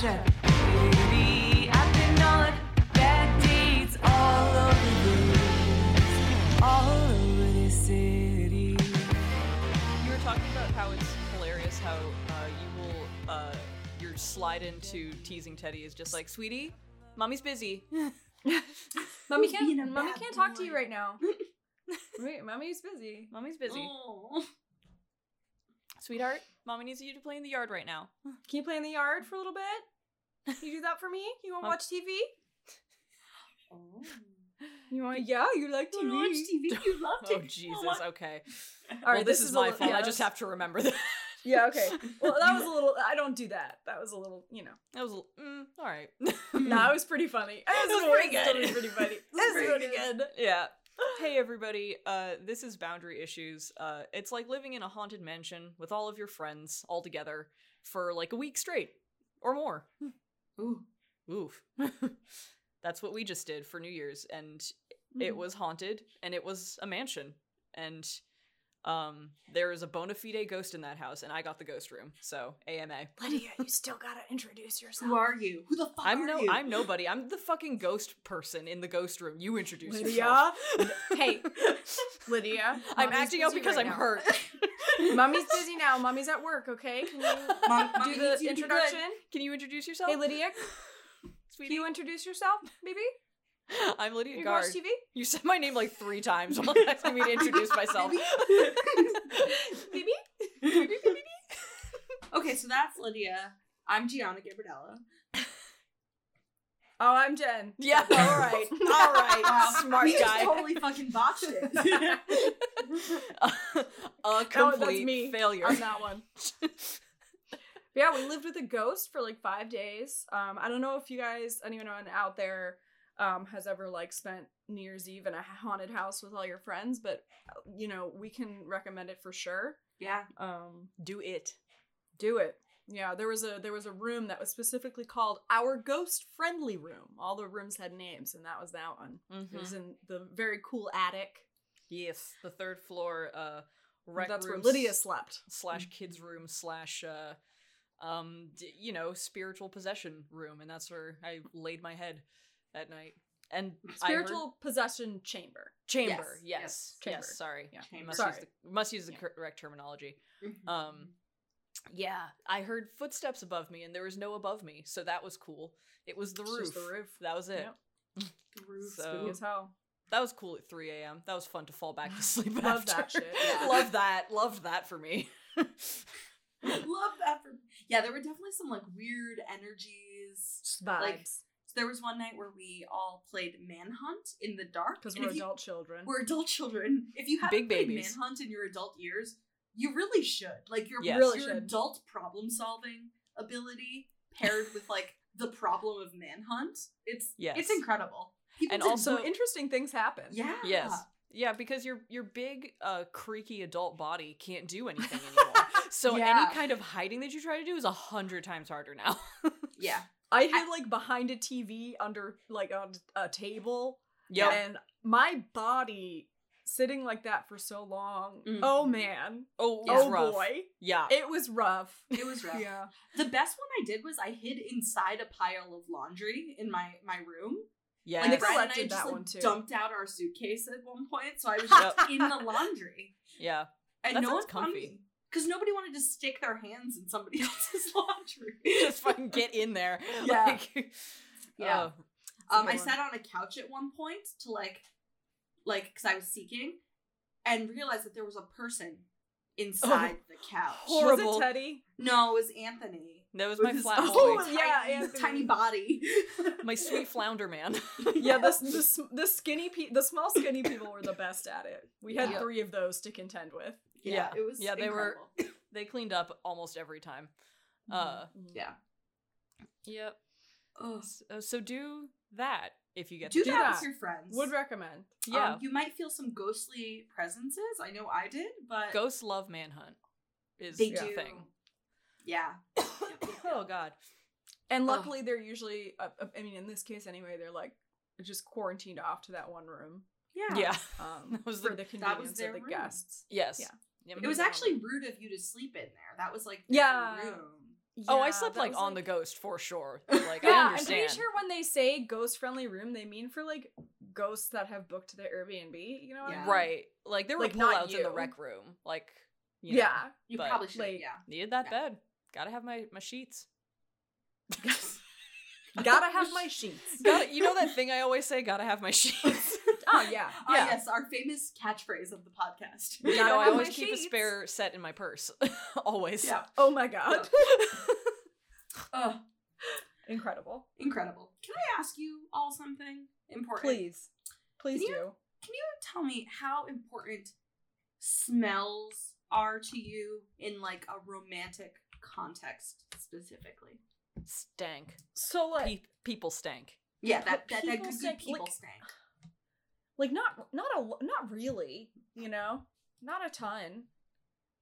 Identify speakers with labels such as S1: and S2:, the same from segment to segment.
S1: check. Baby, I've been on bad deeds all over this, all over this city.
S2: You were talking about how it's hilarious how uh, you will uh, your slide into teasing Teddy is just like, sweetie, mommy's busy.
S3: Mommy
S4: being a
S3: can't. Mommy
S4: bad
S3: can't talk to you
S4: boy.
S3: right now. Wait, mommy's busy.
S2: Mommy's busy.
S4: Oh.
S2: Sweetheart, mommy needs you to play in the yard right now.
S3: Can you play in the yard for a little bit? You do that for me? You want to
S2: Mom-
S3: watch TV?
S4: Oh.
S3: You want? Yeah, you like
S4: Don't watch TV. You love
S2: Oh
S4: TV.
S2: Jesus. Okay.
S3: All right,
S2: well, this, is, my
S3: little-
S2: fault.
S3: yeah,
S2: I just
S3: that's-
S2: have to remember that.
S3: Yeah, okay. Well, that was a little. I don't do that. That was a little. You know.
S2: That was a- mm, all right.
S3: No, it was pretty funny. It
S2: was
S3: little-
S2: pretty
S3: it's
S2: good.
S3: totally pretty funny. It
S2: That's
S3: was pretty good.
S2: Yeah. Hey everybody, uh, this is Boundary Issues. Uh, it's like living in a haunted mansion with all of your friends all together for like a week straight or more.
S4: Ooh.
S2: Oof. That's what we just did for New Year's, and
S3: Mm-hmm.
S2: it was haunted, and it was a mansion, and um, there is a bona fide ghost in that house, and I got the ghost room. So AMA.
S3: Lydia, you still gotta introduce yourself.
S4: Who are you? Who the fuck
S2: I'm
S4: are
S2: no,
S4: you?
S2: I'm nobody. I'm the fucking ghost person in the ghost room. You introduce yourself.
S3: Lydia? hey, Lydia.
S2: I'm
S3: mommy's
S2: acting out
S3: busy
S2: because
S3: right
S2: I'm
S3: now.
S2: hurt.
S3: Mommy's busy now. Mommy's at work, okay? Can you
S4: Mom, mommy
S3: do
S4: needs
S3: the
S4: you to be good.
S3: introduction?
S2: Can you introduce yourself?
S3: Hey, Lydia, can
S2: Sweetie.
S3: you introduce yourself, baby?
S2: I'm Lydia
S3: You can watch
S2: Guard.
S3: TV?
S2: You said my name like three times while asking me to introduce myself.
S3: Baby?
S4: Okay, so that's Lydia. I'm Gianna Gabardella.
S3: Oh, I'm Jen.
S2: yeah, all right, all right, smart
S4: we just
S2: guy.
S4: totally fucking botched it.
S2: a
S3: No, Oh, that's
S2: complete
S3: me.
S2: failure.
S3: on that one. But yeah, we lived with a ghost for like five days. Um, I don't know if you guys, anyone out there, um, has ever like spent New Year's Eve in a haunted house with all your friends, but uh, you know we can recommend it for sure.
S4: yeah.
S3: Um,
S2: Do it.
S3: do it. Yeah, there was a there was a room that was specifically called our ghost friendly room. All the rooms had names, and that was that one.
S2: Mm-hmm.
S3: It was in the very cool attic.
S2: Yes, the third floor. Uh, rec
S3: That's where
S2: room
S3: Lydia mm-hmm.
S2: s-
S3: slept.
S2: slash kids room slash uh, um, d- you know, spiritual possession room, and that's where I laid my head that night. And I heard-
S3: Spiritual possession chamber.
S2: chamber.
S4: Yes,
S2: Yes, yes.
S4: yes,
S3: chamber.
S2: sorry,
S3: Yeah.
S4: Chamber.
S2: Must use
S3: Sorry.
S2: the, must use the
S4: Yeah.
S2: correct terminology.
S4: Uh,
S2: Um,
S3: Mm-hmm.
S2: Yeah, I heard footsteps above me, and there was no above me, so that was cool. It was the
S3: It's
S2: roof.
S3: just the roof.
S2: That was it.
S3: Yep. Spooky
S2: So
S3: as hell.
S2: that was cool at 3 a.m. That was fun to fall back to sleep
S3: Love
S2: after.
S3: that shit, yeah.
S2: Love that. Loved that for me.
S4: Love that for Yeah, there were definitely some like weird energies.
S3: Just
S4: Like,
S3: vibes.
S4: There was one night where we all played Manhunt in the dark.
S3: Because
S4: and
S3: we're
S4: if you-
S3: adult children.
S4: We're adult children. If you haven't
S2: Big
S4: played
S2: babies.
S4: Manhunt in your adult years, you really should. Like your
S2: Yes.
S3: Really
S4: your
S3: should.
S4: adult problem solving ability paired with like the problem of Manhunt. It's
S2: Yes.
S4: it's incredible. People
S2: And
S4: did-
S2: also-
S3: so interesting things happen.
S4: yeah,
S2: Yes. Yeah, because your your big uh creaky adult body can't do anything anymore. so
S3: Yeah.
S2: any kind of hiding that you try to do is a hundred times harder now.
S4: yeah.
S3: I hid like behind a TV under like on a table.
S2: yep.
S3: And my body sitting like that for so long.
S4: Mm.
S3: Oh man.
S2: Oh, it was
S3: Oh
S2: rough.
S3: boy.
S2: Yeah.
S3: It was rough.
S4: It was rough.
S3: Yeah.
S4: The best one I did was I hid inside a pile of laundry in my my room.
S2: yes.
S4: Like
S3: I think
S4: Brad and I
S3: neglected
S4: just
S3: that
S4: like,
S3: one, too.
S4: dumped out our suitcase at one point, so I was just in the laundry.
S2: yeah.
S4: And
S2: That
S4: no one
S2: sounds comfy.
S4: Because nobody wanted to stick their hands in somebody else's laundry.
S2: Just fucking get in there.
S3: Yeah.
S2: Like,
S4: Yeah.
S2: oh,
S4: Um,
S3: Good
S4: I
S3: one.
S4: sat on a couch at one point to like, like, because I was seeking, and realized that there was a person inside the couch.
S2: Oh. hor- Horrible.
S3: Was it Teddy?
S4: no, it was Anthony.
S2: that was
S4: With
S2: my
S4: his-
S2: flat
S3: Oh,
S2: boy.
S4: tiny,
S3: yeah, Anthony.
S4: tiny body.
S2: My sweet flounder man.
S3: Yeah, this this the skinny pe- the small skinny people were the best at it. We had
S4: Yeah.
S3: three of those to contend with.
S4: yeah,
S2: Yeah.
S4: it was.
S2: Yeah, they were-
S4: incredible.
S2: they cleaned up almost every time. Uh,
S3: Mhm.
S4: Yeah.
S2: Yep.
S4: Ugh.
S2: So, uh, so do that if you get
S4: Do
S2: the
S4: that
S2: chance.
S4: with your friends.
S3: Would recommend.
S4: Um,
S2: Yeah.
S4: you might feel some ghostly presences. I know I did, but
S2: Ghosts love manhunt. Is
S4: they
S2: the
S4: do.
S2: thing.
S4: Yeah.
S2: oh God.
S3: And
S4: Ugh.
S3: luckily, they're usually, uh, uh, I mean, in this case anyway, they're like just quarantined off to that one room
S4: Yeah.
S2: Yeah.
S3: um,
S2: That was the-
S3: for the,
S4: That
S3: convenience
S4: was
S3: of
S4: their
S3: the
S4: room.
S3: guests.
S2: Yes.
S3: Yeah.
S2: Yeah,
S4: It was
S2: maybe.
S4: actually rude of you to sleep in there. That was like their
S3: Yeah.
S4: room.
S2: oh, I
S3: Yeah,
S2: slept
S3: that
S2: like
S3: was,
S2: on the ghost for sure. Like I
S3: Yeah, I'm
S2: understand.
S3: pretty sure when they say ghost friendly room, they mean for like ghosts that have booked the Airbnb. You know what I
S4: Yeah.
S3: mean?
S2: Right. Like there were
S3: Like, not
S2: pullouts in the
S3: you.
S2: rec room. Like you know,
S3: Yeah.
S4: You
S2: But,
S4: probably should.
S3: like-
S4: yeah.
S2: needed that
S4: Yeah.
S2: bed. Gotta have my, my sheets.
S3: Gotta have my sheets.
S2: Gotta you know that thing I always say, gotta have my sheets.
S3: Oh yeah.
S4: Ah,
S2: Yeah.
S4: yes, our famous catchphrase of the podcast.
S2: You
S3: Gotta
S2: know, I
S3: have
S2: always
S3: my
S2: keep
S3: sheets.
S2: a spare set in my purse. always.
S4: Yeah.
S3: Oh my god.
S4: Ugh,
S3: Incredible.
S4: incredible. Can I ask you all something important?
S3: Please. Please
S4: Can
S3: do.
S4: Can you tell me how important smells are to you in like a romantic context specifically?
S2: Stank.
S3: So like
S2: Pe- people stank.
S4: Yeah, that that, that
S3: People
S4: good,
S3: stank,
S4: good people
S3: like-
S4: stank.
S3: like not not a lo- not really, you know? Not a ton.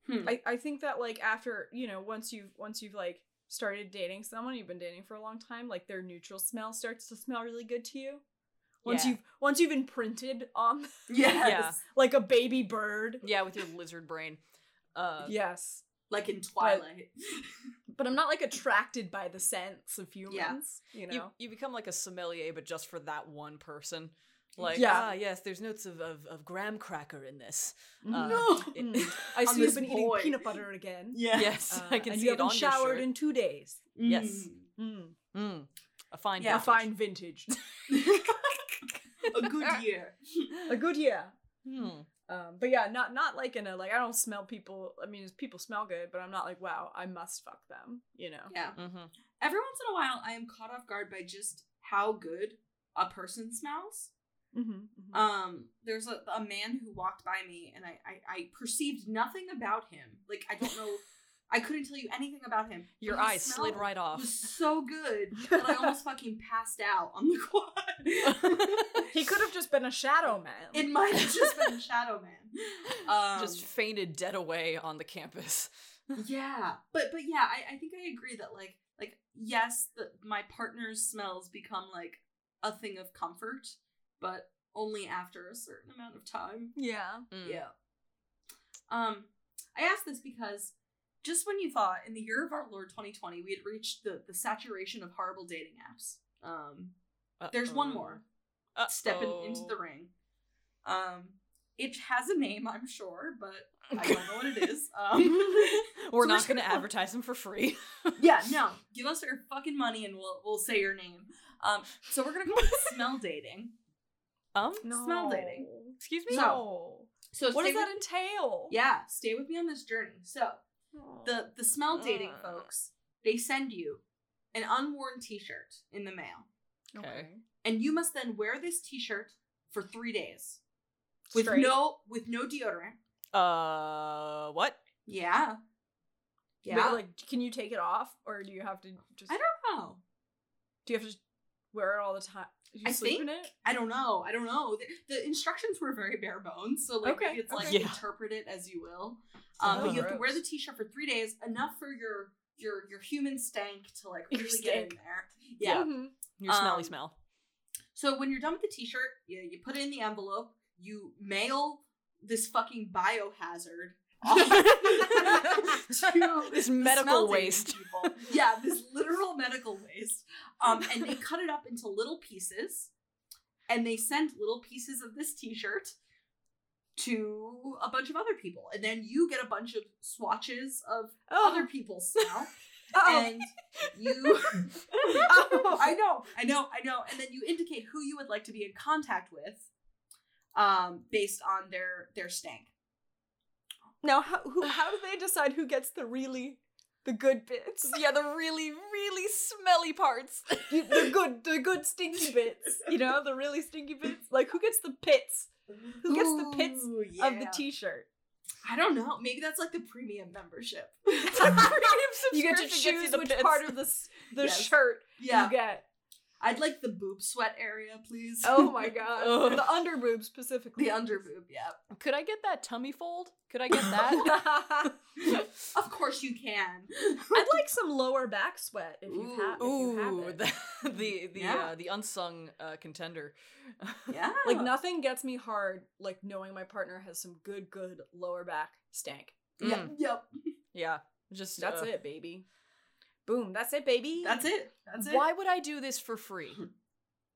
S4: Hmm.
S2: Mm.
S3: I I think that like after, you know, once you've once you've like started dating someone you've been dating for a long time, like their neutral smell starts to smell really good to you. Once
S2: Yeah.
S3: you've once you've imprinted on
S4: yes.
S2: Yeah.
S3: like a baby bird.
S2: Yeah, with your lizard brain. Uh
S3: yes.
S4: Like in Twilight.
S3: But I'm not like attracted by the sense of humans, you know.
S2: you, you become like a sommelier, but just for that one person. Like,
S3: Yeah.
S2: ah, yes, there's notes of, of, of graham cracker in this. Uh, it-
S3: Mm. I see
S4: this
S3: you've been eating
S4: boy.
S3: peanut butter again.
S4: yeah.
S2: Yes,
S3: Uh,
S2: I can
S3: and
S2: see
S3: you
S2: it
S3: haven't
S2: on
S3: showered
S2: your shirt.
S3: in two days.
S2: Yes.
S4: Mm.
S3: Mm.
S2: Mm, a fine,
S4: Yeah.
S3: A fine vintage.
S4: a good year.
S3: a good year.
S2: Mm.
S3: Um, but yeah, not not like in a like I don't smell people. I mean, people smell good, but I'm not like wow, I must fuck them. You know.
S4: Yeah.
S2: hmm
S4: Every once in a while, I am caught off guard by just how good a person smells.
S3: Mhm, mhm.
S4: Um, there's a, a man who walked by me, and I, I I perceived nothing about him. Like I don't know, I couldn't tell you anything about him. but
S2: Your
S4: his
S2: eyes slid
S4: smell
S2: right off.
S4: Was so good that I almost fucking passed out on the quad.
S3: He could have just been a shadow man.
S4: it might have just been Shadow Man. Um,
S2: just fainted dead away on the campus.
S4: yeah but but yeah i, I think i agree that like like yes the, my partner's smells become like a thing of comfort but only after a certain amount of time
S3: yeah.
S2: Mm.
S4: yeah um i asked this because just when you thought in the year of our lord 2020 we had reached the the saturation of horrible dating apps um there's one
S2: Uh-oh.
S4: more stepping into the
S2: Uh-oh.
S4: ring um it has a name i'm sure but i don't know what it is um
S2: We're
S4: So
S2: not
S4: much-
S2: going to advertise them for free.
S4: Yeah, no. Give us your fucking money and we'll we'll say your name. Um, so we're gonna go with smell dating.
S2: Um,
S3: No.
S4: Smell dating.
S2: excuse me.
S4: So,
S3: No.
S4: So
S3: what
S4: stay
S3: does that
S4: with-
S3: entail?
S4: Yeah, stay with me on this journey. So the the smell dating
S3: Ah.
S2: Uh.
S4: folks, they send you an unworn T-shirt in the mail,
S3: Oh,
S2: Okay.
S4: and you must then wear this T-shirt for three days with
S3: With Straight. no.
S4: no with no deodorant.
S2: Uh, what?
S4: Yeah, yeah.
S3: But, like, can you take it off, or do you have to just?
S4: I don't know.
S3: Do you have to wear it all the time? Do you
S4: I
S3: sleep in
S4: think-
S3: it?
S4: I don't know. I don't know. The, the instructions were very bare bones, so like
S3: Okay,
S4: maybe it's
S3: okay.
S4: like
S2: Yeah.
S4: interpret it as you will. Um, but
S3: Oh,
S4: you have to wear the
S3: gross.
S4: t-shirt for three days, enough for your your your human stank to like
S3: Your
S4: really get in
S3: stank.
S4: there. Yeah.
S3: Mhm.
S2: Your
S4: Um,
S2: smelly smell.
S4: So when you're done with the t-shirt, you, you put it in the envelope. You mail this fucking biohazard. to
S2: This
S4: the
S2: medical
S4: smell dating
S2: waste.
S4: people. Yeah, this literal medical waste. Um, and they cut it up into little pieces, and they send little pieces of this T-shirt to a bunch of other people, and then you get a bunch of swatches of
S2: Oh.
S4: other people's smell, and you.
S3: Oh.
S4: I know, I know, I know, and then you indicate who you would like to be in contact with, um, based on their their stank.
S3: Now, how, who, how do they decide who gets the really, the good bits,
S2: yeah, the really, really smelly parts.
S3: You- the good, the good stinky bits? You know, the really stinky bits. Like, who gets the pits Who gets the pits
S4: Ooh,
S3: of the
S4: yeah.
S3: T-shirt?
S4: I don't know. Maybe that's like the premium membership.
S3: You get to
S2: subscription gets you
S3: choose
S2: the
S3: which
S2: bits.
S3: part of the s- the
S4: Yes.
S3: shirt
S4: yeah.
S3: you get.
S4: I'd like the boob sweat area, please.
S3: Oh my god,
S2: Ugh.
S3: the underboob specifically.
S4: the under boob, yeah.
S2: Could I get that tummy fold? Could I get that?
S4: Of course you can.
S3: I'd like some lower back sweat if you
S4: Ooh.
S3: have. If you have
S2: Ooh,
S3: it.
S2: the the the,
S4: Yeah.
S2: uh, the unsung uh, contender.
S4: Yeah.
S3: Like nothing gets me hard like knowing my partner has some good, good lower back stank.
S4: Yep.
S2: Mm,
S4: Yep.
S2: yeah, just
S3: That's
S2: uh,
S3: it, baby. Boom. That's it, baby.
S4: That's it. That's it.
S2: Why would I do this for free?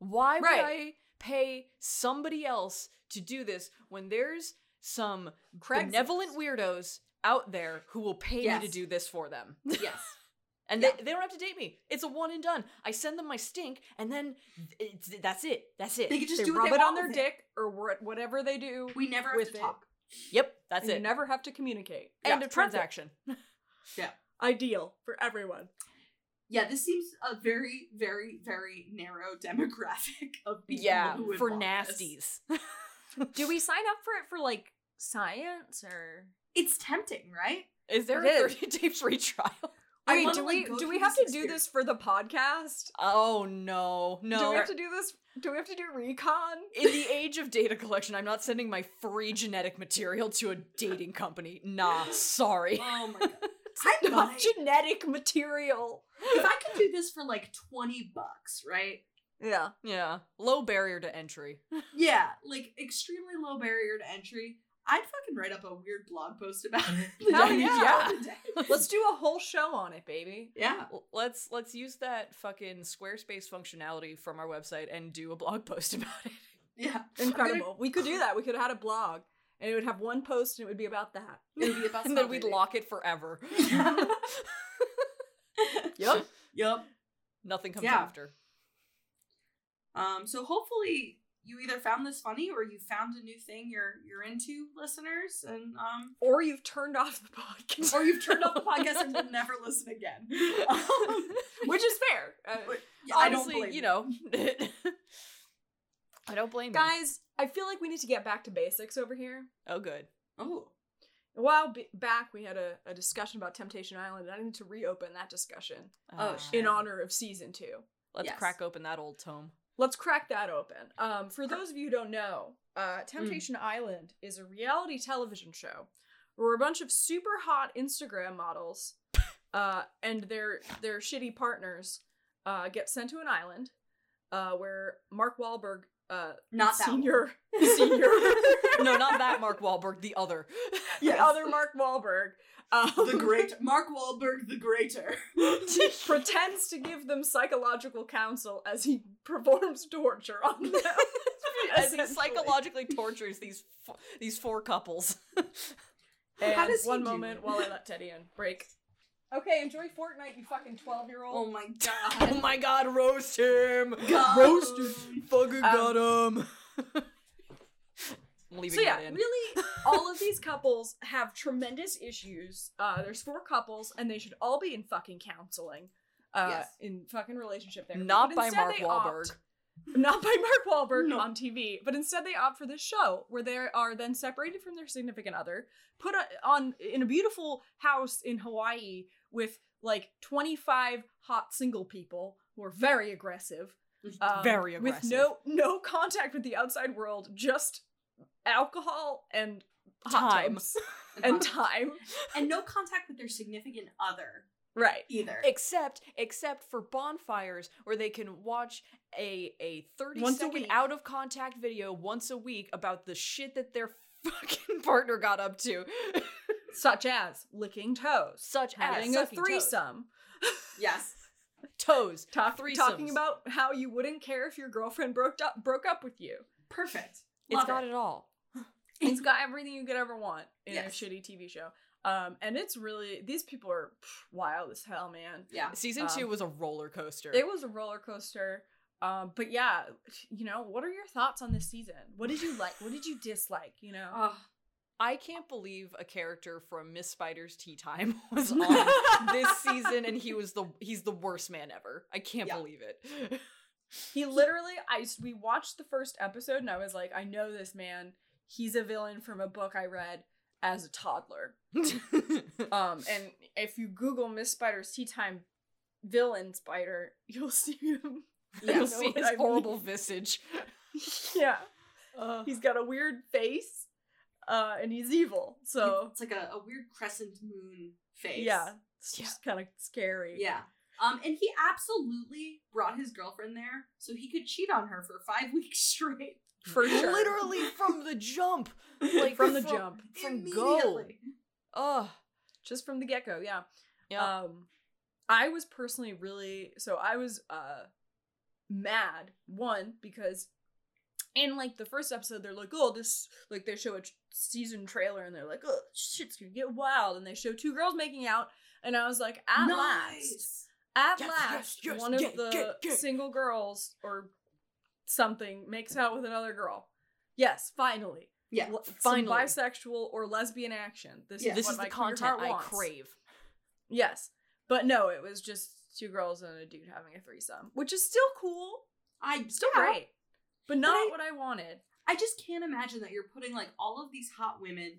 S2: Why would I
S3: Right.
S2: pay somebody else to do this when there's some
S3: Craigslist.
S2: benevolent weirdos out there who will pay me
S4: Yes.
S2: to do this for them?
S4: Yes.
S2: And
S4: Yeah.
S2: they, they don't have to date me. It's a one and done. I send them my stink, and then it's, that's it. That's it.
S4: They could just
S3: They
S4: do what
S3: rub
S4: they
S3: it on
S4: want
S3: their
S4: with
S3: dick or wha- whatever they do.
S4: We never have
S3: with
S4: to
S3: it.
S4: talk.
S2: yep, that's
S3: and
S2: it.
S3: You never have to communicate.
S2: End
S4: Yeah,
S2: of
S3: perfect.
S2: transaction.
S3: Ideal for everyone.
S4: Yeah, this seems a very, very, very narrow demographic of people.
S2: Yeah,
S4: who would
S2: for
S4: want this.
S2: nasties.
S3: Do we sign up for it for like science or?
S4: It's tempting, right?
S2: Is there
S3: It
S2: a
S3: is.
S2: 30 tapes retrial?
S4: I
S3: Wait,
S4: wanna,
S3: do
S4: like,
S3: we
S4: go
S3: do
S4: through
S3: we have
S4: this
S3: to do
S4: experience.
S3: this for the podcast?
S2: Oh, no. No.
S3: Do we have to do this? Do we have to do recon?
S2: in the age of data collection, I'm not sending my free genetic material to a dating company. Nah, sorry.
S4: Oh my god. I
S3: Not
S4: might.
S3: genetic material.
S4: If I could do this for like 20 bucks, right?
S3: Yeah.
S2: Yeah, low barrier to entry.
S4: Yeah, like extremely low barrier to entry. I'd fucking write up a weird blog post about it.
S3: Hell
S2: Mm-hmm. yeah.
S3: Let's do a whole show on it, baby.
S4: Yeah.
S2: L- Let's let's use that fucking Squarespace functionality from our website and do a blog post about it.
S4: Yeah.
S3: Incredible. We could do that. We could have had a blog and it would have one post and it would be about that.
S4: It would be about
S2: and then we'd
S4: celebrating.
S2: lock it forever.
S3: Yep.
S4: Yep.
S2: Nothing comes
S4: Yeah.
S2: after.
S4: Um, so hopefully you either found this funny or you found a new thing you're you're into, listeners, and um,
S3: Or you've turned off the podcast.
S4: or you've turned off the podcast and will never listen again. Um,
S3: Which is fair. Uh,
S4: Wait, I don't
S2: Honestly,
S4: blame
S2: you know. I don't blame you.
S3: guys, I feel like we need to get back to basics over here.
S2: Oh, good.
S4: Oh,
S3: A while b- back, we had a, a discussion about Temptation Island, and I need to reopen that discussion
S4: Oh,
S2: Ah,
S4: shit.
S3: in honor of season two.
S2: Let's
S4: Yes.
S2: crack open that old tome.
S3: Let's crack that open. Um, for those of you who don't know, uh, Temptation Island is a reality television show where a bunch of super hot Instagram models uh, and their their shitty partners uh, get sent to an island uh, where Mark Wahlberg, uh,
S4: not that
S3: senior, senior,
S2: No, not that Mark Wahlberg. The other.
S3: the other Mark Wahlberg, um,
S4: one. the great Mark Wahlberg, the greater.
S3: pretends to give them psychological counsel as he performs torture on them.
S2: as he
S3: Essentially.
S2: psychologically tortures these fo- these four couples.
S3: And
S4: How does he
S3: one
S4: do
S3: moment
S4: it?
S3: while I let Teddy in. Break. Okay, enjoy Fortnite, you fucking 12 year
S4: Oh
S3: old.
S4: my
S2: oh
S4: god!
S2: my god, roast him!
S4: God.
S2: Roasted! Fucking got him! I'm leaving
S3: Um, So, yeah,
S2: that in.
S3: really, all of these couples have tremendous issues. Uh, there's four couples, and they should all be in fucking counseling. Uh,
S4: Yes.
S3: in fucking relationship therapy.
S2: Not
S3: But
S2: by
S3: instead
S2: Mark
S3: they
S2: Wahlberg.
S3: opt- not by Mark Wahlberg
S4: No.
S3: on TV, but instead they opt for this show where they are then separated from their significant other, put o- on in a beautiful house in Hawaii with like 25 hot single people who are very aggressive.
S4: Uh,
S3: um,
S2: Very aggressive.
S3: With no no contact with the outside world, just alcohol and hot
S2: Time.
S3: tubs and time.
S4: and no contact with their significant other
S3: Right.
S4: either.
S2: Except, except for bonfires where they can watch a a thirty
S4: Once a
S2: second
S4: week.
S2: out of contact video once a week about the shit that their fucking partner got up to,
S3: Such as licking toes,
S2: such
S3: having
S2: as
S3: a
S2: sucking toes.
S3: threesome.
S4: yes.
S2: toes,
S3: Talk, talking
S2: Threesomes.
S3: about how you wouldn't care if your girlfriend broke up broke up with you.
S4: Perfect.
S2: It's
S4: Love
S2: got
S4: it.
S2: it all.
S3: It's got everything you could ever want in
S4: Yes.
S3: a shitty TV show. Um, and it's really these people are pff, wild as hell, man.
S4: Yeah.
S2: Season
S3: Um,
S2: two was a roller coaster.
S3: It was a roller coaster. Um, but yeah, you know, what are your thoughts on this season? What did you like? What did you dislike? You know,
S4: Oh,
S2: I can't believe a character from Miss Spider's Tea Time was on this season and he was the he's the worst man ever. I can't
S4: Yeah.
S2: believe it.
S3: he literally, I s- we watched the first episode and I was like, I know this man. He's a villain from a book I read as a toddler. Um, and if you Google Miss Spider's Tea Time villain spider, you'll see him.
S4: yeah.
S2: You'll
S3: know
S2: see
S3: what
S2: his
S3: I mean.
S2: horrible visage.
S3: yeah,
S2: Uh,
S3: he's got a weird face, uh, and he's evil. So
S4: it's like a, a weird crescent moon face.
S3: yeah, it's just kind of scary.
S4: Yeah. Um, and he absolutely brought his girlfriend there so he could cheat on her for five weeks straight.
S3: for sure.
S2: Literally from the jump. Like
S3: from the jump,
S2: From go.
S4: Immediately.
S2: Ugh.
S3: just from the get go. Yeah.
S2: Yeah.
S3: Um, I was personally really so I was uh mad one because in like the first episode they're like oh this like they show a tr- season trailer and they're like oh shit's gonna get wild and they show two girls making out and I was like at last at
S2: Yes,
S3: last,
S2: yes, yes,
S3: one of
S2: yeah,
S3: the
S2: yeah, yeah.
S3: single girls or something makes out with another girl. Yes, finally.
S4: Yeah.
S3: L- some
S2: finally.
S3: bisexual or lesbian action. This
S4: Yeah.
S3: is
S2: this
S3: what
S2: is
S3: my
S2: the
S3: queer
S2: content
S3: heart
S2: I
S3: wants.
S2: crave.
S3: Yes, but no, it was just two girls and a dude having a threesome, which is still cool,
S4: I
S3: still
S4: yeah.
S3: great, but not
S4: I-
S3: what I wanted.
S4: I just can't imagine that you're putting like all of these hot women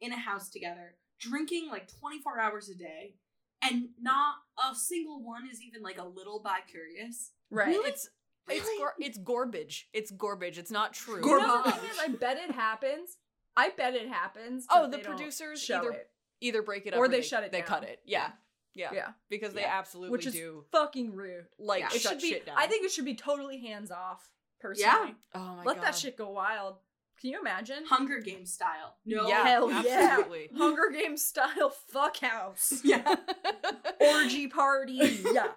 S4: in a house together, drinking like 24 hours a day, and not a single one is even like a little bi curious.
S3: Right.
S2: It's it's gor- it's garbage. It's garbage. It's not true.
S3: You know
S4: Gorbage.
S3: the thing is, I bet it happens. I bet it happens.
S2: Oh,
S3: but
S2: the
S3: they don't
S2: producers
S3: show
S2: either-
S3: it.
S2: Either break it up
S3: Or they shut it
S2: They
S3: down.
S2: cut it. Yeah. Yeah.
S3: Yeah.
S2: Because they
S4: Yeah.
S2: absolutely
S3: Which is
S2: do.
S3: fucking rude.
S2: Like
S4: Yeah.
S2: shut
S3: it should be.
S2: shit down.
S3: I think it should be totally hands off. Personally,
S2: Oh my
S3: let
S2: god.
S3: that shit go wild. Can you imagine?
S4: Hunger Game style. No.
S2: Yeah.
S3: Hell yeah.
S2: absolutely.
S3: Hunger Games style fuck house
S4: Yeah.
S3: orgy party. Yeah,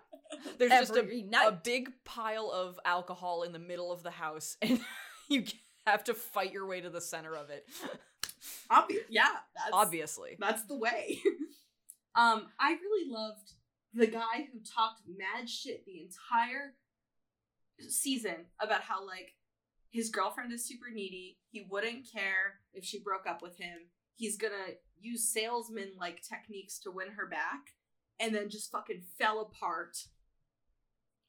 S2: There's just a,
S3: every
S2: a
S3: night.
S2: big pile of alcohol in the middle of the house, and you have to fight your way to the center of it.
S4: Obvious. Yeah. That's,
S2: Obviously.
S4: That's the way. um, I really loved the guy who talked mad shit the entire season about how like his girlfriend is super needy. He wouldn't care if she broke up with him. He's gonna use salesman like techniques to win her back, and then just fucking fell apart,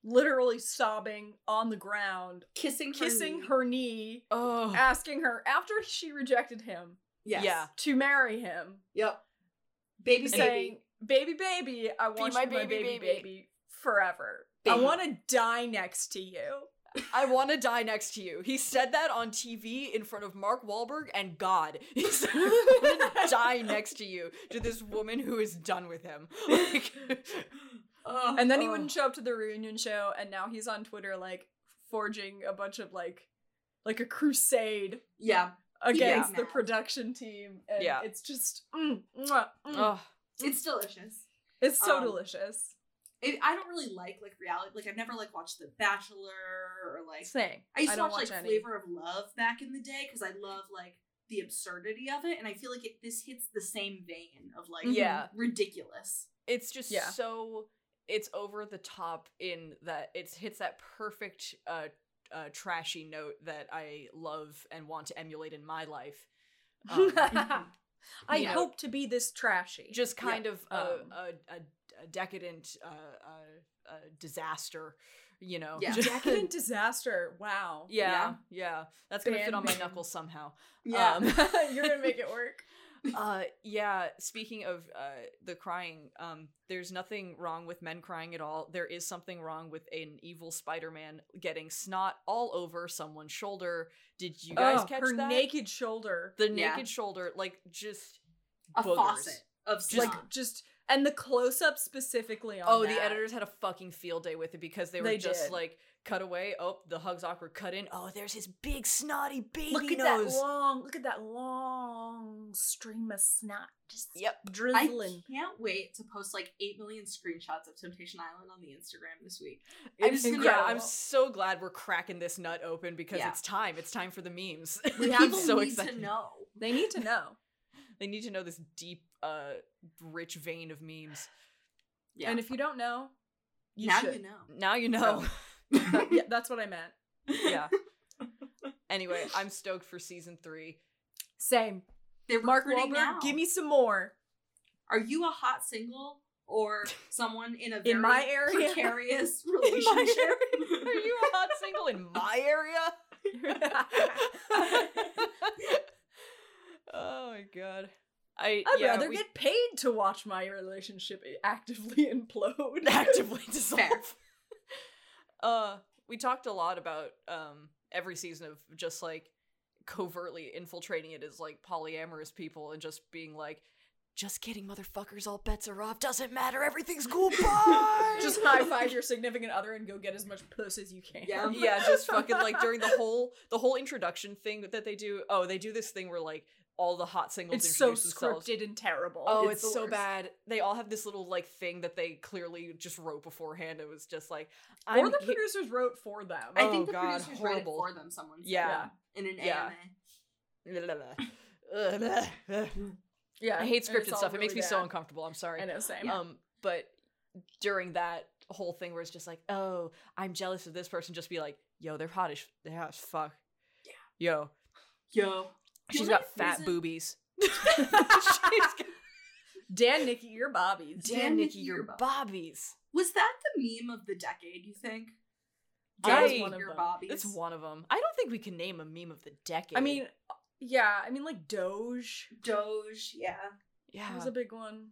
S3: Literally sobbing on the ground,
S4: kissing, her
S3: kissing
S4: knee.
S3: her knee,
S2: Oh.
S3: asking her after she rejected him
S4: Yes.
S2: Yeah.
S3: to marry him,
S4: Yep. Baby,
S3: saying,
S4: baby.
S3: "Baby, baby, I want
S2: my
S3: you to be my
S2: baby,
S3: baby,
S2: baby."
S3: baby, forever. I
S4: Baby.
S3: want to die next to you."
S2: I want to die next to you. He said that on TV in front of Mark Wahlberg and God. He said, I want to die next to you to this woman who is done with him. Like,
S4: Ugh.
S3: And then he
S2: Oh.
S3: wouldn't show up to the reunion show, and now he's on Twitter like forging a bunch of like like a crusade
S4: yeah,
S3: against
S4: Yeah.
S3: the production team. And
S2: Yeah. Oh,
S3: it's just mm, mwah, mm.
S2: ugh.
S4: it's delicious.
S3: it's so
S4: um,
S3: delicious.
S4: it, I don't really like like reality. Like I've never like watched The Bachelor or like
S3: Same.
S4: I used to
S3: don't
S4: watch, like
S3: any.
S4: Flavor of Love back in the day because I love like the absurdity of it, and I feel like it this hits the same vein of like
S2: Yeah.
S4: ridiculous.
S2: It's just
S3: Yeah.
S2: so it's over the top in that it hits that perfect uh, uh trashy note that I love and want to emulate in my life. Um,
S3: I
S4: Yeah.
S3: hope to be this trashy.
S2: just
S4: Yeah.
S2: kind of a,
S3: Um,
S2: a, a, a decadent uh, uh, uh, disaster, you know.
S4: Yeah.
S2: Just-
S3: decadent disaster. Wow.
S2: Yeah, yeah. That's gonna fit on my
S3: Bandwagon.
S2: knuckles somehow.
S4: Yeah,
S2: Um,
S3: You're gonna make it work.
S2: uh, yeah. Speaking of uh, the crying, um, there's nothing wrong with men crying at all. There is something wrong with an evil Spider-Man getting snot all over someone's shoulder. Did you guys
S3: Oh,
S2: catch
S3: her
S2: that?
S3: naked shoulder.
S2: the
S4: Yeah.
S2: naked shoulder, like just
S4: a
S2: boogers.
S4: faucet of
S2: Just-
S4: snot.
S3: like just and the close up specifically on
S2: Oh, the
S3: that.
S2: editors had a fucking field day with it because they were
S3: They
S2: just
S3: did.
S2: like cut away. Oh, the hugs awkward cut in. Oh, there's his big snotty baby
S3: Look at
S2: nose.
S3: that long, look at that long stream of snot just
S2: Yep.
S4: I
S3: drizzling.
S4: can't wait to post like eight million screenshots of Temptation Island on the Instagram this week.
S2: I'm,
S4: It's
S2: s-
S4: gonna-
S2: yeah, I'm
S3: incredible.
S2: so glad we're cracking this nut open because
S4: Yeah.
S2: it's time. It's time for the memes.
S3: We have
S2: I'm
S4: People
S2: so
S4: need
S2: excited.
S4: to know.
S3: They need to know.
S2: They need to know this deep, uh, rich vein of memes.
S4: Yeah,
S3: And if you don't know, you
S4: now
S3: should.
S4: you know.
S2: Now you know.
S3: That- yeah, that's what I meant.
S2: yeah. Anyway, I'm stoked for season three.
S3: Same.
S4: They're
S3: Mark
S4: recruiting
S3: Wahlberg,
S4: now.
S3: give me some more.
S4: Are you a hot single or someone in a very
S3: In my area.
S4: precarious
S2: In
S4: relationship?
S2: my area. Are you a hot single in my area? oh my god. I
S3: I'd
S2: yeah,
S3: rather
S2: we
S3: get paid to watch my relationship actively implode.
S2: actively
S4: Fair.
S2: dissolve. uh we talked a lot about um every season of just like covertly infiltrating it as like polyamorous people and just being like just kidding motherfuckers all bets are off doesn't matter everything's cool bye
S3: Just high five your significant other and go get as much puss as you can.
S4: Yeah.
S2: yeah just fucking like during the whole the whole introduction thing that they do oh they do this thing where like all the hot singles
S3: It's so
S2: introduce themselves.
S3: scripted and terrible.
S2: Oh,
S4: It's
S2: it's,
S4: the
S2: so
S4: worst.
S2: bad. They all have this little like thing that they clearly just wrote beforehand. It was just like,
S3: or
S2: I'm
S3: the
S2: he-
S3: producers wrote for them.
S4: I
S2: Oh,
S4: think the
S2: God,
S4: producers wrote it
S2: horrible.
S4: for them. Someone said,
S2: Yeah.
S4: in an
S2: Yeah.
S4: AMA.
S2: I hate
S3: yeah, and it's
S2: scripted
S3: all
S2: stuff. It makes me
S3: really
S2: so
S3: bad.
S2: uncomfortable. I'm sorry.
S3: I know, same.
S2: Um, but during that whole thing where it's just like, oh, I'm jealous of this person, just be like, yo, they're hot as they're hot as fuck.
S4: Yeah.
S2: Yo,
S4: Yo, The
S2: she's
S4: only
S2: got fat
S4: reason-
S2: boobies. She's got-
S3: Dan, Nikki, you're Bobby.
S4: Dan,
S2: Damn,
S4: Nikki,
S2: Nikki, your
S4: your
S2: bobbies.
S4: was that the meme of the decade? You think?
S2: That
S4: Dad's
S2: is one
S3: of
S4: your
S3: them.
S4: bobbies.
S2: It's one of them. I don't think we can name a meme of the decade.
S3: I mean, yeah, I mean like Doge
S4: Doge. Yeah.
S2: yeah,
S3: was a big one.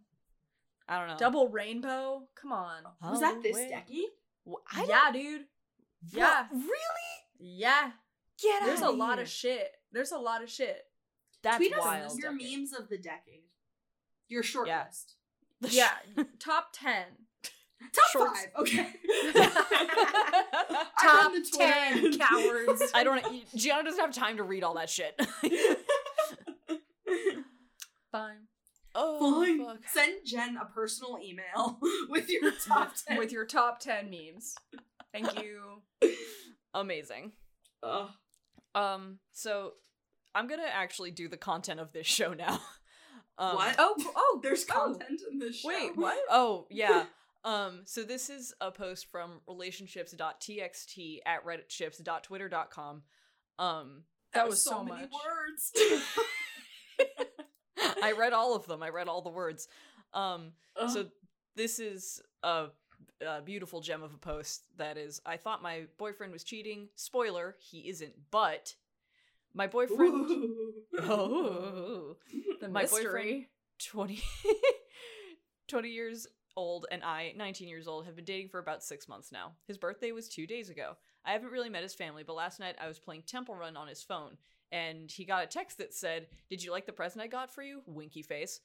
S2: I don't know.
S3: Double Rainbow, come on.
S4: was that this
S2: Halloween.
S4: decade?
S2: Wh- Oh, I
S3: yeah, dude.
S2: don't-
S3: yeah.
S2: Wha- Really?
S3: Yeah,
S2: Get
S3: there's
S2: outta
S3: a lot
S2: here.
S3: of shit. There's a lot of shit.
S2: That's
S4: Tweet
S2: wild.
S4: us your
S3: Decade.
S4: memes of the decade. Your short
S2: Yeah.
S4: list.
S3: Yeah, top ten.
S4: Top
S2: Shorts.
S4: five. Okay.
S2: I
S4: I'm
S3: Top
S4: on the Twitter.
S3: ten cowards.
S2: don't. e, Gianna doesn't have time to read all that shit.
S3: Fine.
S2: oh
S4: Fine.
S2: fuck.
S4: Send Jen a personal email with your top ten.
S3: With your top ten memes. Thank you.
S2: Amazing.
S4: Ugh.
S2: Um. So, I'm gonna actually do the content of this show now. Um,
S4: what?
S3: Oh, oh,
S4: there's
S3: oh.
S4: content in this show.
S3: Wait, what?
S2: Oh yeah. Um, so this is a post from relationships.txt at redditships.twitter.com. Um,
S3: That was so
S4: many
S3: much.
S4: words.
S2: I read all of them. I read all the words. Um,
S4: so
S2: So this is a, a beautiful gem of a post that is I thought my boyfriend was cheating. Spoiler, he isn't, but my boyfriend Oh.
S3: The
S2: My
S3: mystery.
S2: boyfriend- 20 20 years old and I 19 years old have been dating for about 6 months now. His birthday was 2 days ago. I haven't really met his family, but last night I was playing Temple Run on his phone and he got a text that said, "Did you like the present I got for you?" winky face.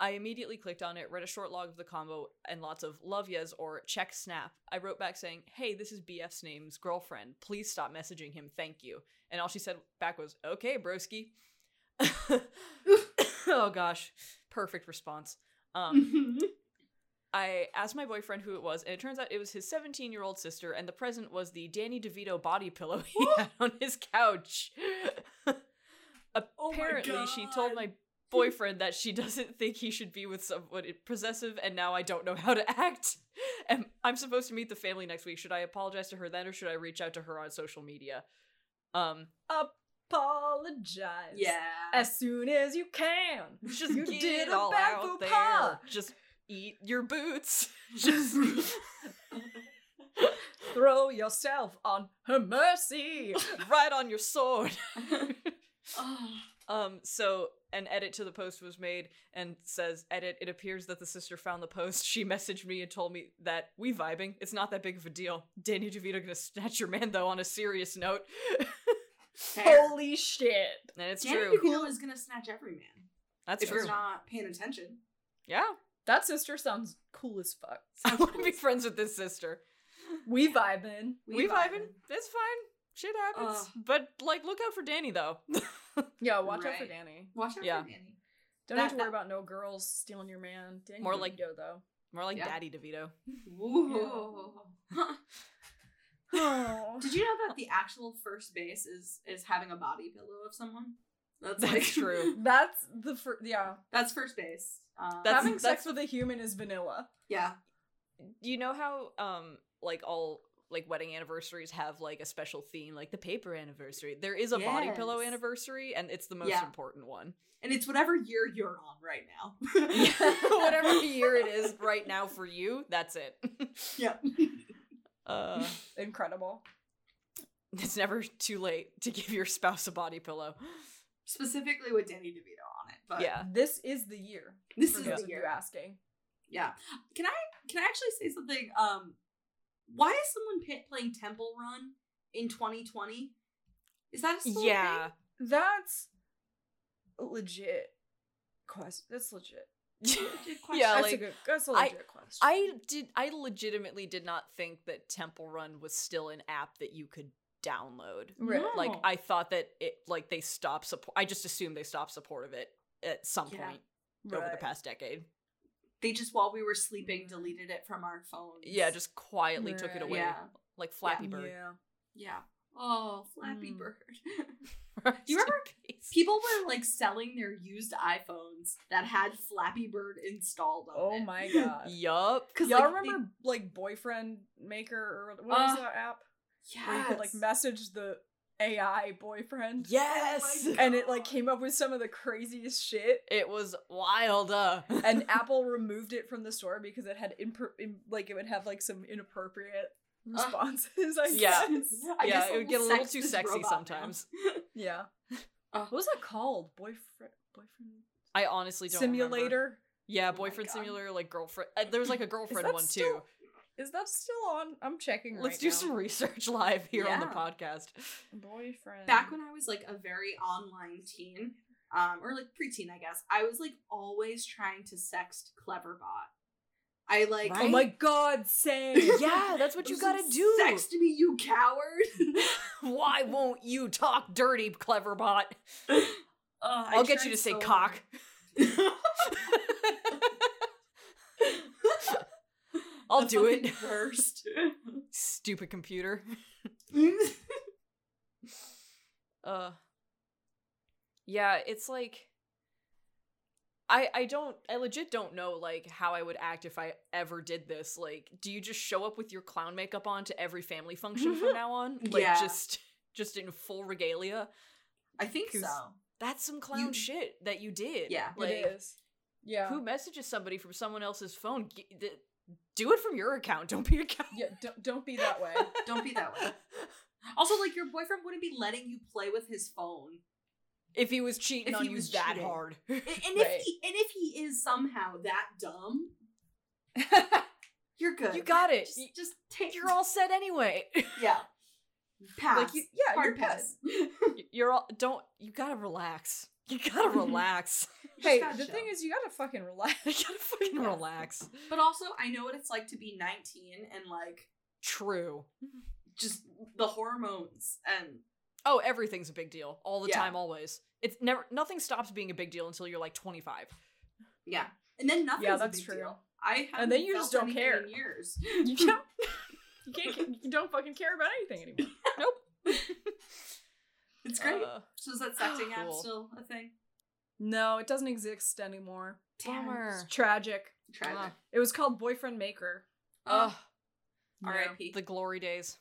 S2: I immediately clicked on it, read a short log of the combo, and lots of love yas or check snap. I wrote back saying, Hey, this is BF's name's girlfriend. Please stop messaging him. Thank you. And all she said back was, Okay, broski. oh gosh. Perfect response. Um, I asked my boyfriend who it was, and it turns out it was his 17 year old sister, and the present was the Danny DeVito body pillow he had on his couch.
S3: Oh
S4: my
S2: Apparently, she told
S4: God.
S2: my boyfriend that she doesn't think he should be with someone possessive, and now I don't know how to act. And I'm supposed to meet the family next week. Should I apologize to her then, or should I reach out to her on social media? Um,
S3: Apologize.
S4: yeah.
S3: As soon as you can.
S2: just
S3: You
S2: get
S3: did
S2: it
S3: a
S2: all
S3: bad
S2: out
S3: faux
S2: there.
S3: pas.
S2: Just eat your boots. Just
S3: Throw yourself on her mercy.
S2: right on your sword.
S4: Ugh.
S2: Um, so an edit to the post was made and says, edit, it appears that the sister found the post. She messaged me and told me that we vibing. It's not that big of a deal. Danny DeVito gonna snatch your man though on a serious note.
S4: Fair.
S3: Holy shit.
S2: And it's
S4: Danny
S2: true.
S4: DeVito is gonna snatch every man
S2: That's
S4: if
S2: true.
S4: you're not paying attention.
S2: yeah.
S3: That sister sounds cool as fuck.
S2: I wanna be friends with this sister.
S3: We vibing.
S2: We, vibing. It's fine. Shit happens.
S4: Ugh.
S2: but like look out for Danny though.
S3: Yeah, watch out for
S4: Right.
S3: Danny.
S4: Watch out
S2: Yeah.
S4: for Danny.
S3: Don't
S4: That-
S3: need to worry
S4: that-
S3: about no girls stealing your man. Danny
S2: More like-
S3: DeVito, though.
S2: More like
S4: Yeah.
S2: Daddy DeVito.
S4: Whoa.
S3: Oh.
S4: Did you know that the actual first base is is having a body pillow of someone? That's,
S2: That's
S4: like,
S2: true.
S3: That's the first. Yeah.
S4: That's first base. Um,
S2: That's-
S3: Having sex with a human is vanilla.
S4: yeah.
S2: you know how um like all like wedding anniversaries have like a special theme like the paper anniversary there is a body pillow
S4: Yes.
S2: anniversary and it's the most
S4: Yeah.
S2: important one
S4: And it's whatever year you're on right now.
S2: whatever year it is right now for you that's it
S4: Yeah.
S2: uh
S3: Incredible.
S2: it's never too late to give your spouse a body pillow
S4: Specifically with Danny DeVito on it. But
S2: yeah
S3: This is the year.
S4: This
S3: for
S4: is
S3: those
S4: the
S3: of
S4: year.
S3: you asking.
S4: Yeah. Can I can I actually say something? Um, why is someone pa- playing Temple Run in 2020? Is that still a
S2: yeah
S3: That's a legit. Quest. That's legit.
S2: yeah
S3: that's
S2: like
S3: a good. That's a
S2: I-
S3: legit question.
S2: I did I legitimately did not think that Temple Run was still an app that you could download.
S3: Really?
S4: No.
S2: Like I thought that it like they stopped support. I just assumed they stopped support of it at some
S4: Yeah.
S2: point over the
S3: Right.
S2: past decade.
S4: they just while we were sleeping deleted it from our phones.
S2: Yeah, just quietly took it
S3: Right.
S2: away,
S4: yeah,
S2: like Flappy Bird.
S3: Yeah.
S4: yeah. Oh, Flappy
S2: Hmm.
S3: Mm.
S4: Bird.
S2: Rest
S4: You
S2: in
S4: remember
S2: peace.
S4: People were like selling their used iPhones that had Flappy Bird installed on
S3: Oh
S4: it.
S3: my god.
S2: Yup.
S4: Because
S3: Y'all
S4: like, they-
S3: remember like boyfriend maker or what was
S4: Uh,
S3: that app
S4: yes.
S3: where you could like message the AI boyfriend?
S2: Yes.
S4: God.
S3: And it like came up with some of the craziest shit.
S2: It was wild. Uh.
S3: And Apple removed it from the store because it had imp- like it would have like some inappropriate responses. I
S2: Yeah.
S3: guess.
S4: I
S2: yeah,
S4: guess
S2: it would get a little
S4: sex
S2: too
S4: is
S2: sexy
S4: robot now.
S2: sometimes.
S3: Yeah.
S4: Uh,
S3: what was that called? Boyfriend. Boyfriend.
S2: I honestly don't remember.
S3: Simulator.
S2: Yeah,
S4: my
S2: boyfriend
S4: God.
S2: simulator, like girlfriend. Uh, there was like a girlfriend
S3: that
S2: one
S3: still
S2: too.
S3: Is that still on? I'm checking.
S2: Let's
S3: right
S2: do
S3: now.
S2: some research live here on the
S4: Yeah.
S2: podcast.
S3: boyfriend.
S4: Back when I was like a very online teen, um, or like preteen, I guess, I was like always trying to sext Cleverbot. I like
S2: Right?
S3: Oh my god, same.
S2: yeah, that's what you
S4: Those
S2: gotta
S4: are
S2: do.
S4: Sex to me, you coward.
S2: Why won't you talk dirty, clever bot?
S4: Ugh, I
S2: I'll get
S4: tried
S2: you to say
S4: so
S2: cock.
S4: hard.
S2: I'll
S4: The
S2: do it.
S4: fucking Worst.
S2: Stupid computer. Uh Yeah, it's like I I don't I legit don't know like how I would act if I ever did this. Like, do you just show up with your clown makeup on to every family function from now on? Like
S4: Yeah.
S2: just just in full regalia?
S4: I think
S2: 'Cause-
S4: so.
S2: That's some clown
S4: You-
S2: shit that you did.
S4: Yeah.
S2: Like
S3: it is. Yeah.
S2: who messages somebody from someone else's phone? G- th- do it from your account. Don't be a cow.
S3: yeah. Don't, don't be that way.
S4: Don't be that way. Also, like your boyfriend wouldn't be letting you play with his phone,
S2: If he was cheating
S4: If
S2: on
S4: he
S2: you
S4: was
S2: that
S4: cheating.
S2: hard.
S4: and, and
S3: Right.
S4: if he and if he is somehow that dumb, you're good.
S2: You got it.
S4: Just,
S2: Y-
S4: just take
S2: You're all set anyway.
S4: yeah. Pass.
S3: like you, yeah.
S4: Hard
S3: you're good.
S4: pass.
S2: Y- you're all don't you gotta relax you gotta relax
S4: Just
S3: Hey,
S4: gotta
S3: the
S4: chill.
S3: thing is, you gotta fucking relax.
S2: you gotta fucking
S4: Yeah.
S2: relax
S4: but also I know what it's like to be 19 and like
S2: true
S4: just the hormones and
S2: oh everything's a big deal all the
S4: Yeah.
S2: time always it's never nothing stops being a big deal until you're like 25
S4: yeah, and then nothing's
S3: Yeah,
S4: a
S3: that's
S4: big
S3: true.
S4: deal. I haven't
S3: And then you
S4: felt
S3: just don't
S4: anything
S3: care.
S4: in years.
S3: You can't. You can't. You don't fucking care about anything anymore.
S4: It's great.
S2: Uh,
S4: so is that sexting app
S2: cool.
S4: still a thing?
S3: No, it doesn't exist anymore.
S4: Damn,
S2: Bummer.
S3: It's tragic.
S4: Tragic. Oh.
S3: It was called Boyfriend Maker.
S2: ah. Ugh,
S3: Yeah.
S4: R.I.P.
S2: the glory days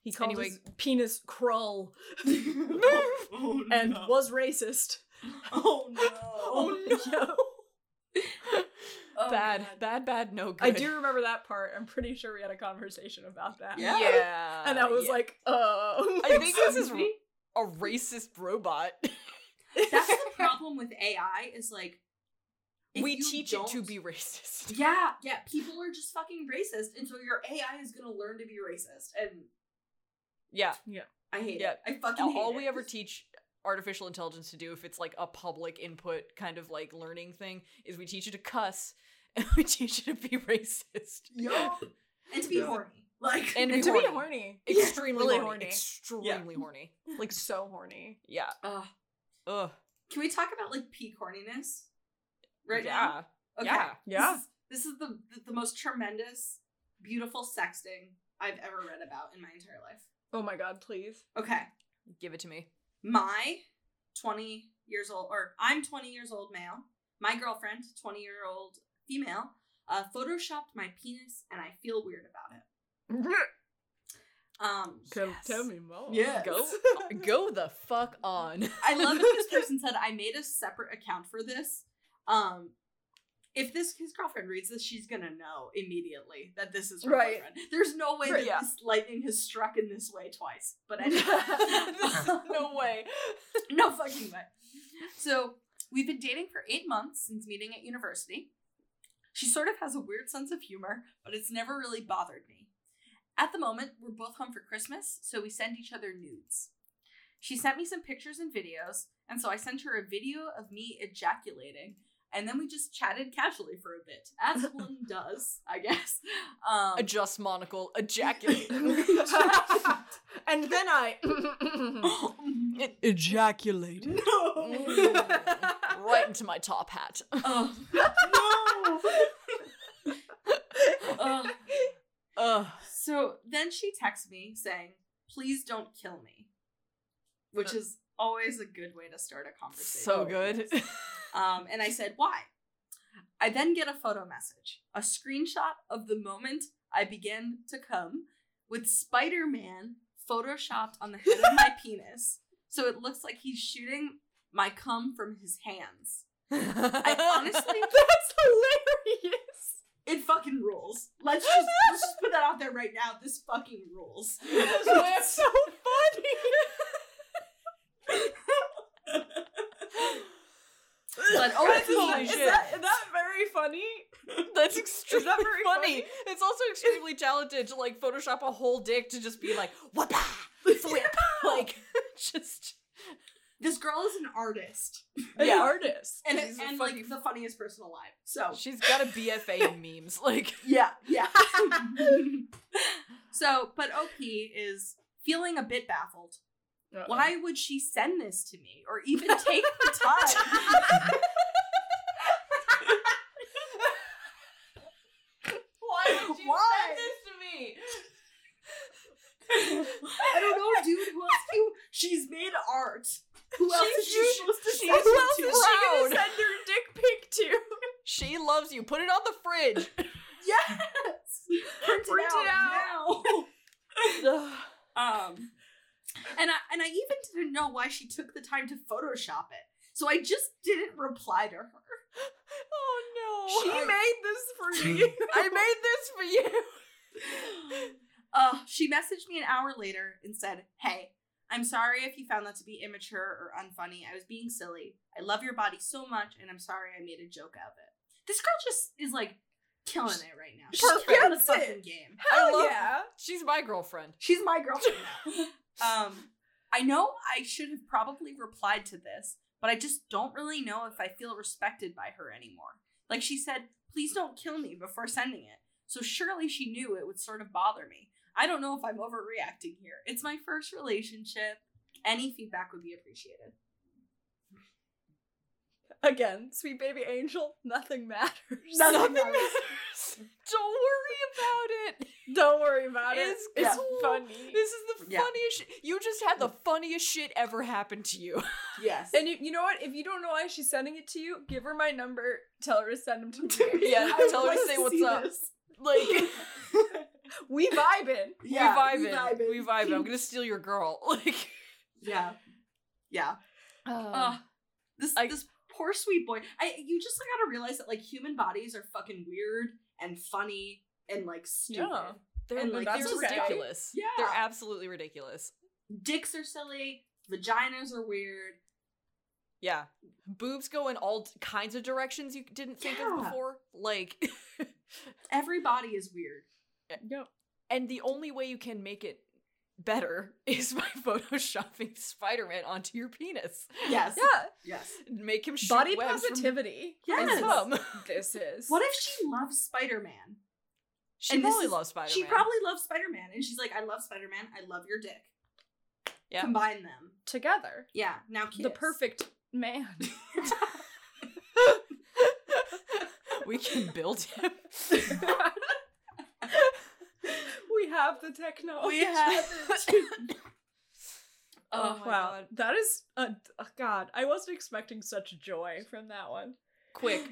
S3: He called
S2: Anyway.
S3: his penis Krull
S4: oh,
S3: and was racist.
S4: oh no.
S3: no.
S4: Oh,
S2: bad
S4: God.
S2: bad bad no good
S3: I do remember that part. I'm pretty sure we had a conversation about that.
S4: Yeah.
S2: Yeah,
S3: And I was
S2: yeah.
S3: like, uh.
S2: I think this is
S3: excuse me?
S2: a racist robot
S4: That's the problem with AI is like if
S2: we
S4: you
S2: teach it to
S4: don't-
S2: be racist
S4: Yeah, yeah. People are just fucking racist, and so your AI is gonna learn to be racist. And
S2: yeah
S4: I hate
S2: Yeah.
S4: it. I fucking
S2: all,
S4: hate
S2: all we
S4: it.
S2: ever teach artificial intelligence to do if it's like a public input kind of like learning thing is we teach it to cuss and we teach it to be racist
S4: Yup. And to be
S3: Yeah.
S4: horny. Like
S2: And
S3: And
S2: to
S3: to
S2: be
S3: be horny.
S2: extremely
S3: Really
S2: horny.
S3: horny.
S2: extremely horny
S3: Like so horny.
S2: yeah
S4: Ugh.
S2: ugh
S4: Can we talk about like peak horniness? Right
S2: yeah
S4: now?
S2: yeah
S4: This is- This is, the, the the most tremendous, beautiful sexting I've ever read about in my entire life.
S3: Oh my god, please.
S4: Okay.
S2: give it to me
S4: My 20 years old, or I'm 20 years old male, my girlfriend, 20 year old female, uh, photoshopped my penis and I feel weird about it. Um,
S3: Tell,
S2: Yes.
S3: tell me more.
S4: Yes. Um.
S2: go go the fuck on
S4: I love that this person said I made a separate account for this. Um, if this his girlfriend reads this, she's gonna know immediately that this is her
S3: Right.
S4: boyfriend. There's no way
S2: Right,
S4: that
S2: yeah.
S4: this lightning has struck in this way twice. But anyway,
S2: This- no way
S4: no fucking way. So we've been dating for eight months since meeting at university. She sort of has a weird sense of humor, but it's never really bothered me. At the moment, we're both home for Christmas, so we send each other nudes. She sent me some pictures and videos, and so I sent her a video of me ejaculating and then we just chatted casually for a bit, as one does, I guess. Um,
S2: Adjust monocle, ejaculate.
S3: and then I.
S2: ejaculate.
S4: no,
S2: right into my top hat.
S4: Ugh. no. Ugh.
S2: Ugh.
S4: So then she texts me saying, "Please don't kill me," which is always a good way to start a conversation.
S2: Uh, so good.
S4: Um, and I said, "Why?" I then get a photo message, a screenshot of the moment I began to come, with Spider Man photoshopped on the head of my penis, so it looks like he's shooting my cum from his hands. I honestly,
S3: That's hilarious.
S4: it fucking rules. Let's just let's just put that out there right now. This fucking rules.
S3: That's so funny.
S4: But
S2: Holy
S4: oh,
S3: is,
S2: shit.
S3: That, is that very funny?
S2: That's extremely
S3: very
S2: funny.
S3: funny?
S2: It's also extremely talented to like Photoshop a whole dick to just be like whapa, flip, like just
S4: this girl is an artist
S3: An
S2: Yeah.
S3: artist.
S4: and
S2: She's a
S4: and
S2: fucking-
S4: like the funniest person alive. So
S2: she's got a BFA in memes. Like
S4: yeah, yeah. so, but OP is feeling a bit baffled. Why would she send this to me or even take the time?
S2: why
S4: would you Why? send
S2: this
S4: I don't know, dude. Who else? You, she's made art. Who else
S2: She's
S4: is
S2: huge.
S4: she supposed to
S2: She's
S4: send it
S2: who else
S4: to?
S2: is she gonna
S3: send her dick pic to?
S2: to me? She loves you. Put it on the fridge.
S4: Yes. Print,
S3: Print
S4: it out,
S3: it
S4: now.
S2: Ugh.
S4: Um, and I and I even didn't know why she took the time to Photoshop it. So I just didn't reply to her.
S2: oh
S3: She
S2: no.
S3: made this for you.
S2: I made this for you.
S4: Uh, she messaged me an hour later and said, "Hey, I'm sorry if you found that to be immature or unfunny. I was being silly. I love your body so much, and I'm sorry I made a joke out of it." This girl just is like killing it right now. She's
S3: Perfect.
S4: killing the
S3: Gets it.
S4: fucking game.
S3: Hell
S2: I love-
S3: yeah.
S2: She's my girlfriend.
S4: She's my girlfriend now. um, I know I should have probably replied to this, but I just don't really know if I feel respected by her anymore. Like she said, please don't kill me before sending it. So surely she knew it would sort of bother me. I don't know if I'm overreacting here. It's my first relationship. Any feedback would be appreciated.
S3: Again, sweet baby angel, nothing matters.
S4: Nothing
S2: Nothing
S4: matters.
S2: matters. Don't worry about it.
S3: Don't worry about
S2: It's
S3: it. It's
S2: cool.
S3: funny.
S2: This is the
S4: Yeah.
S2: funniest shit. You just had the funniest shit ever happen to you.
S4: Yes.
S3: And you, you know what? If you don't know why she's sending it to you, give her my number. Tell her to send them to me.
S2: Yeah,
S4: I
S2: tell her to
S4: want
S2: say
S4: to
S2: what's
S4: see
S2: up.
S4: this.
S2: Like
S3: we vibing.
S4: Yeah,
S2: we vibing. We vibing. I'm gonna steal your girl. Like
S4: Yeah. Yeah.
S3: Um,
S4: Ugh.
S3: Ah.
S4: this
S2: I-
S4: this poor sweet boy. I you just gotta realize that like human bodies are fucking weird and funny and like stupid.
S3: Yeah.
S2: they're,
S4: and, like,
S2: that's
S3: that's okay.
S2: ridiculous.
S4: Yeah.
S2: They're absolutely ridiculous.
S4: Dicks are silly. Vaginas are weird.
S2: Yeah. Boobs go in all d- kinds of directions you didn't think of
S4: Yeah.
S2: before. Like
S4: Every body is weird.
S3: Yep.
S2: and the only way you can make it better is by photoshopping Spider-Man onto your penis.
S4: Yes.
S3: Yeah.
S4: Yes.
S2: Make him shoot
S3: Body
S2: webs from
S3: positivity.
S4: Yes.
S2: his cum.
S3: This is.
S4: What if she loves Spider Man?
S2: She
S4: And this
S2: probably
S4: is-
S2: loves Spider-Man.
S4: She probably loves Spider Man, and she's like, "I love Spider Man. I love your dick."
S2: Yeah.
S4: Combine them.
S3: together?
S4: Yeah. Now kiss.
S3: The perfect man.
S2: we can build him.
S3: we have the technology.
S4: We have.
S3: Oh,
S2: my
S3: wow,
S2: God.
S3: that is a oh, god. I wasn't expecting such joy from that one.
S2: Quick,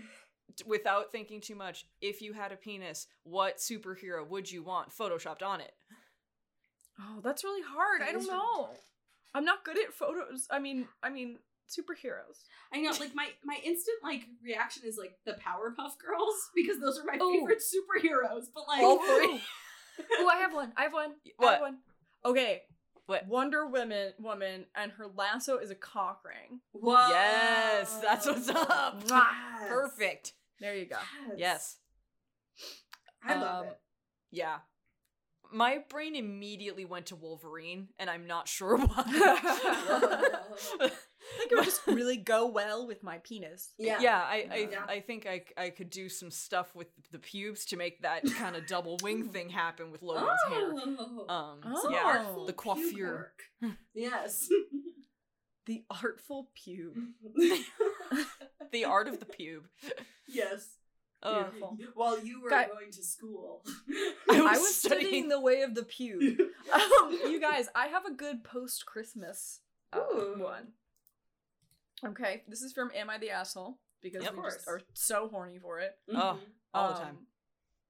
S2: d- without thinking too much, if you had a penis, what superhero would you want photoshopped on it?
S3: Oh, that's really hard.
S4: That
S3: I don't
S4: is really
S3: know. I'm not good at photos. I mean, I mean superheroes.
S4: I know, like my my instant like reaction is like the Powerpuff Girls because those are my
S3: Oh.
S4: favorite superheroes. But like,
S2: All three.
S3: oh, I have one. I have one. I
S2: What?
S3: have one. Okay.
S2: What?
S3: Wonder Woman woman and her lasso is a cock ring.
S4: whoa,
S2: Yes, that's what's up.
S4: Yes.
S2: Perfect.
S3: There you go.
S2: Yes.
S4: I love
S2: Um,
S4: it.
S2: Yeah. My brain immediately went to Wolverine, and I'm not sure why.
S3: think it would just really go well with my penis.
S2: Yeah, I I,
S4: Yeah.
S2: I think I, c- I could do some stuff with the pubes to make that kind of double wing thing happen with Logan's hair. Um,
S3: Oh.
S2: yeah,
S3: Oh.
S2: the coiffure,
S4: yes.
S3: The artful pube.
S2: the art of the pube.
S4: yes.
S2: Uh,
S3: Beautiful.
S4: While you were
S3: Guy-
S4: going to school.
S2: I
S3: I
S2: was
S3: was,
S2: studying-
S3: studying... the way of the pube. um, you guys, I have a good post Christmas uh,
S4: Ooh.
S3: one. Okay, this is from Am I the Asshole? Because
S2: Yep.
S3: we
S4: Of course.
S3: just are so horny for it.
S2: Oh.
S4: Mm-hmm.
S2: all the
S3: Um,
S2: time.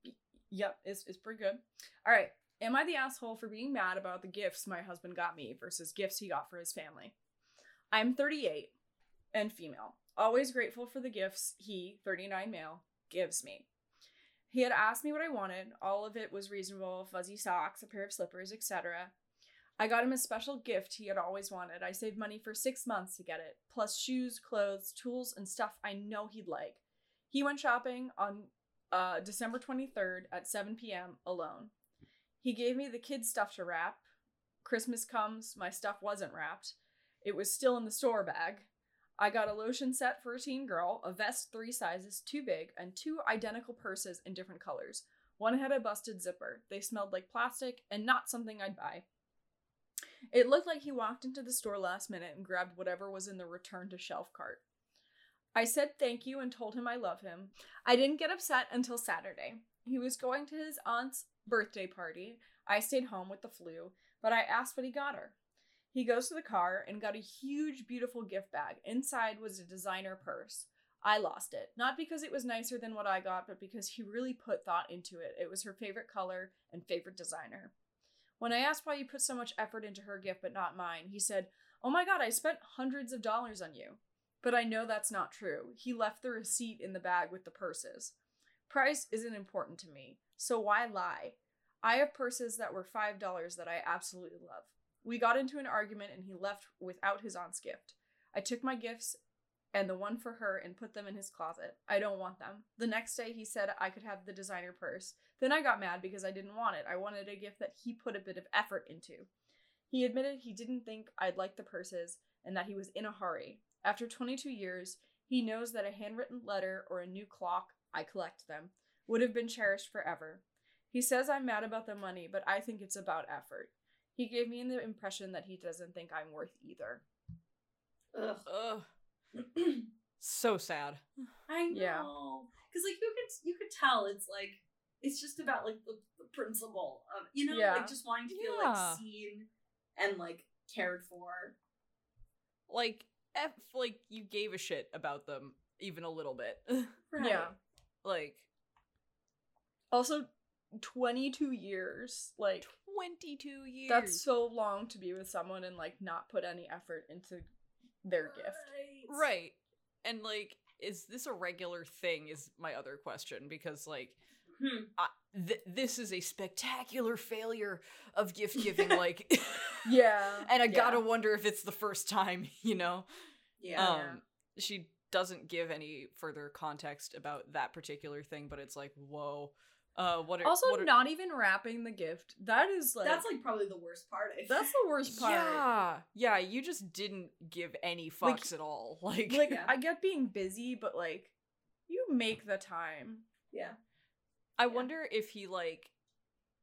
S3: y- Yep, it's, it's pretty good. All right. Am I the asshole for being mad about the gifts my husband got me versus gifts he got for his family? I'm 38 and female, always grateful for the gifts he, 39 male, gives me. He had asked me what I wanted. All of it was reasonable fuzzy socks, a pair of slippers, etc. I got him a special gift he had always wanted. I saved money for six months to get it, plus shoes, clothes, tools, and stuff I know he'd like. He went shopping on uh, December 23rd at 7 p.m. alone. He gave me the kids' stuff to wrap. Christmas comes, my stuff wasn't wrapped. It was still in the store bag. I got a lotion set for a teen girl, a vest three sizes too big, and two identical purses in different colors. One had a busted zipper. They smelled like plastic and not something I'd buy. It looked like he walked into the store last minute and grabbed whatever was in the return to shelf cart. I said thank you and told him I love him. I didn't get upset until Saturday. He was going to his aunt's birthday party. I stayed home with the flu, but I asked what he got her. He goes to the car and got a huge, beautiful gift bag. Inside was a designer purse. I lost it, not because it was nicer than what I got, but because he really put thought into it. It was her favorite color and favorite designer. When I asked why you put so much effort into her gift but not mine, he said, Oh my god, I spent hundreds of dollars on you. But I know that's not true. He left the receipt in the bag with the purses. Price isn't important to me, so why lie? I have purses that were $5 that I absolutely love. We got into an argument and he left without his aunt's gift. I took my gifts and the one for her and put them in his closet. I don't want them. The next day he said I could have the designer purse. Then I got mad because I didn't want it. I wanted a gift that he put a bit of effort into. He admitted he didn't think I'd like the purses and that he was in a hurry. After 22 years, he knows that a handwritten letter or a new clock, I collect them, would have been cherished forever. He says I'm mad about the money, but I think it's about effort. He gave me the impression that he doesn't think I'm worth either.
S2: Oh.
S4: Ugh.
S2: Ugh, so sad.
S4: I
S3: Yeah.
S4: know. Because like you could you could tell it's like it's just about like the, the principle of you know,
S3: Yeah.
S4: like just wanting to feel
S2: Yeah.
S4: like seen and like cared for.
S2: Like f like you gave a shit about them even a little bit.
S3: Yeah.
S2: like
S3: Also, 22 years. Like,
S2: twenty two years.
S3: that's so long to be with someone and, like, not put any effort into their gift.
S2: Right. And like, is this a regular thing? Is my other question because like
S4: Hmm.
S2: th- this is a spectacular failure of gift giving. like,
S3: Yeah.
S2: and I
S3: yeah.
S2: gotta wonder if it's the first time. You know,
S4: Yeah.
S2: um,
S3: yeah.
S2: she doesn't give any further context about that particular thing, but it's like, whoa, uh, what? Are,
S3: Also,
S2: what are-
S3: not even wrapping the gift. That is, like,
S4: that's like probably the worst part. I think.
S3: that's the worst part.
S2: Yeah, yeah. You just didn't give any fucks
S3: Like-
S2: at all. Like,
S3: Like,
S4: Yeah.
S3: I get being busy, but, like, you make the time.
S4: yeah.
S2: I
S4: Yeah.
S2: wonder if he like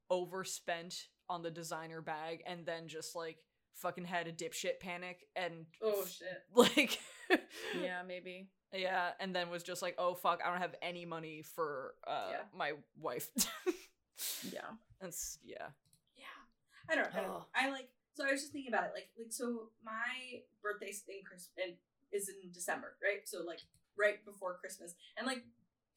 S2: overspent on the designer bag and then just like fucking had a dipshit panic and
S4: Oh shit.
S2: like
S3: Yeah, maybe.
S2: yeah and then was just like oh fuck I don't have any money for uh
S4: Yeah.
S2: my wife.
S3: Yeah.
S2: That's yeah.
S4: Yeah. I don't, I don't know.
S2: Ugh.
S4: I like so I was just thinking about it like like so my birthday is in Christmas is in December, right? So like right before Christmas. And like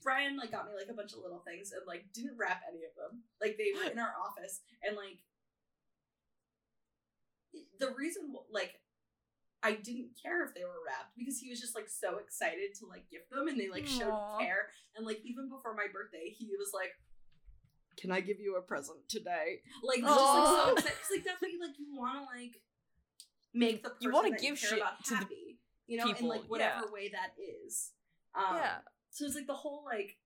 S4: Brian like got me like a bunch of little things and like didn't wrap any of them. Like they were in our office and like the reason wh- like I didn't care if they were wrapped because he was just like so excited to like gift them and they like showed
S3: Aw.
S4: care and like even before my birthday he was like can I give you a present today? Like just like so
S2: Aw.
S4: excited 'cause, like that's what you like you want to like make the person
S2: You wanna
S4: that
S2: give
S4: care
S2: shit
S4: about
S2: to the
S4: happy, you know,
S2: people,
S4: in like whatever way that is. Um,
S2: Yeah.
S4: So it's like the whole like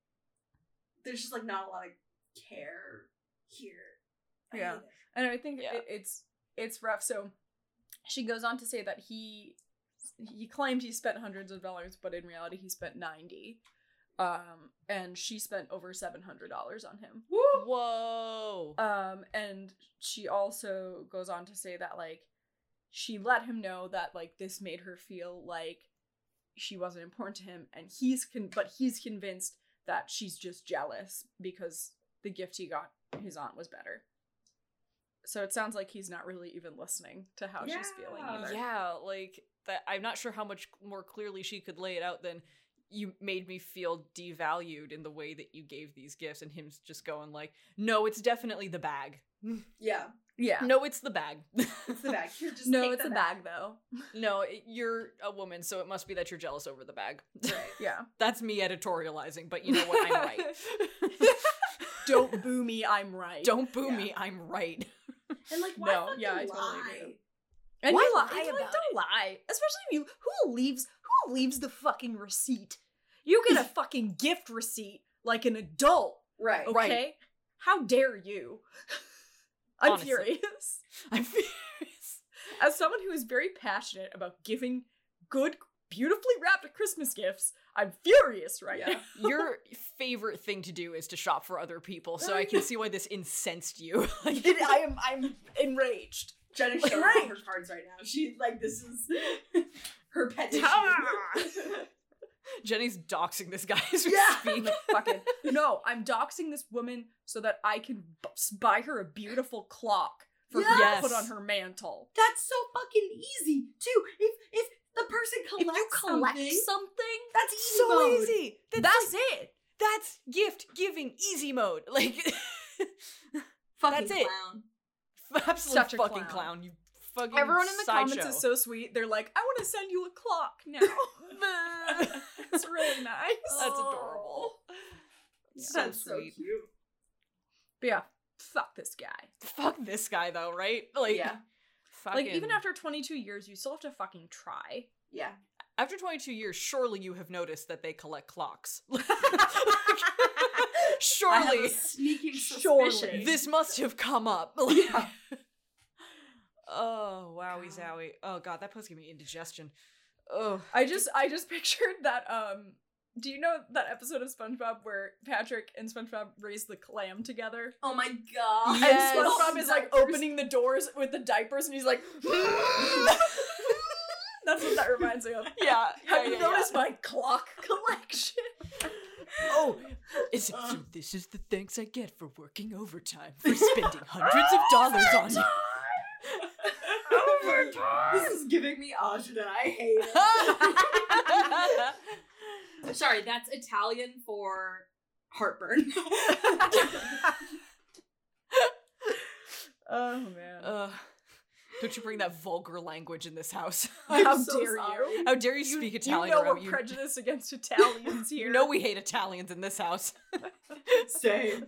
S4: there's just like not a lot of care here. I
S3: Yeah.
S4: hate it.
S3: And I think
S2: Yeah.
S3: it, it's it's rough. So she goes on to say that he he claimed he spent hundreds of dollars, but in reality he spent 90. Um and she spent over $700 on him.
S4: Woo!
S2: Whoa.
S3: Um, and she also goes on to say that like she let him know that like this made her feel like she wasn't important to him, and he's con but he's convinced that she's just jealous because the gift he got his aunt was better. So it sounds like he's not really even listening to how she's feeling
S4: Yeah.
S3: either.
S2: yeah, like that. I'm not sure how much more clearly she could lay it out than you made me feel devalued in the way that you gave these gifts, and him just going like, "No, it's definitely the bag.
S4: Yeah,
S3: Yeah. No,
S2: No, it's the bag.
S4: it's the bag. Here, just
S3: no
S4: take
S3: it's
S4: the
S3: a bag though.
S2: no, it- you're a woman, so it must be that you're jealous over the bag.
S3: Yeah.
S2: That's me editorializing, but you know what? I'm right.
S3: Don't boo me, I'm right.
S2: Don't boo
S4: Yeah.
S2: me. I'm right.
S4: And like, why
S3: No,
S4: fucking
S3: yeah, I
S4: lie?
S3: totally agree. And
S2: Why
S3: you
S2: lie
S3: lie like,
S2: about
S3: don't lie. Especially if you who leaves who leaves the fucking receipt? You get a fucking gift receipt like an adult,
S4: Right.
S3: okay?
S2: Right.
S3: How dare you? I'm
S2: Honestly.
S3: furious.
S2: I'm furious.
S3: As someone who is very passionate about giving good, beautifully wrapped Christmas gifts, I'm furious right
S4: Yeah.
S3: now.
S2: Your favorite thing to do is to shop for other people, so I can see why this incensed you. Like,
S3: It- I am I'm enraged.
S4: Jenna's showing me her cards right now. She's like, this is her pet issue.
S2: Jenny's doxing this guy as we
S4: Yeah.
S2: speak.
S3: fucking no i'm doxing this woman so that i can b- buy her a beautiful clock for her
S2: Yes.
S3: to put on her mantle
S4: That's so fucking easy too. If if the person collects something, that's easy
S2: so
S4: mode.
S2: easy. That's,
S3: that's it
S2: that's gift giving easy mode. Like,
S4: Fucking
S2: That's it.
S4: clown.
S2: absolute
S3: Such a
S2: fucking clown.
S3: clown.
S2: You fucking
S3: everyone in the
S2: sideshow.
S3: comments is so sweet they're like i want to send you a clock now it's really nice
S2: That's adorable. So
S4: that's
S2: sweet.
S4: so cute.
S3: but yeah fuck this guy
S2: Fuck this guy though, right? Like,
S4: yeah,
S2: fucking,
S3: like even after 22 years you still have to fucking try
S4: yeah.
S2: after 22 years, surely you have noticed that they collect clocks.
S4: I have a
S2: surely
S4: sneaking
S3: Surely.
S4: suspicion.
S2: this must have come up. Like-
S4: Yeah.
S2: Oh wowie
S4: God.
S2: zowie! Oh god, that post gave me indigestion. Oh,
S3: I just I just pictured that um do you know that episode of SpongeBob where Patrick and SpongeBob raise the clam together?
S4: Oh my god.
S2: Yes.
S3: And SpongeBob is like
S4: Diapers.
S3: opening the doors with the diapers and he's like That's what that reminds me of.
S2: yeah.
S3: Have you noticed my clock collection?
S2: Oh, is it, so this is the thanks I get for working overtime for spending hundreds of dollars on
S4: Oh This is giving me Ajahn and I hate
S2: you.
S4: it. Sorry, that's Italian for heartburn.
S3: Oh man.
S2: uh, don't you bring that vulgar language in this house?
S4: I'm
S3: How
S4: so
S3: dare
S4: sorry.
S3: you?
S2: How dare you speak Italian?
S3: You know
S2: around-
S3: we're prejudiced against Italians here.
S2: you know we hate Italians in this house.
S4: Same.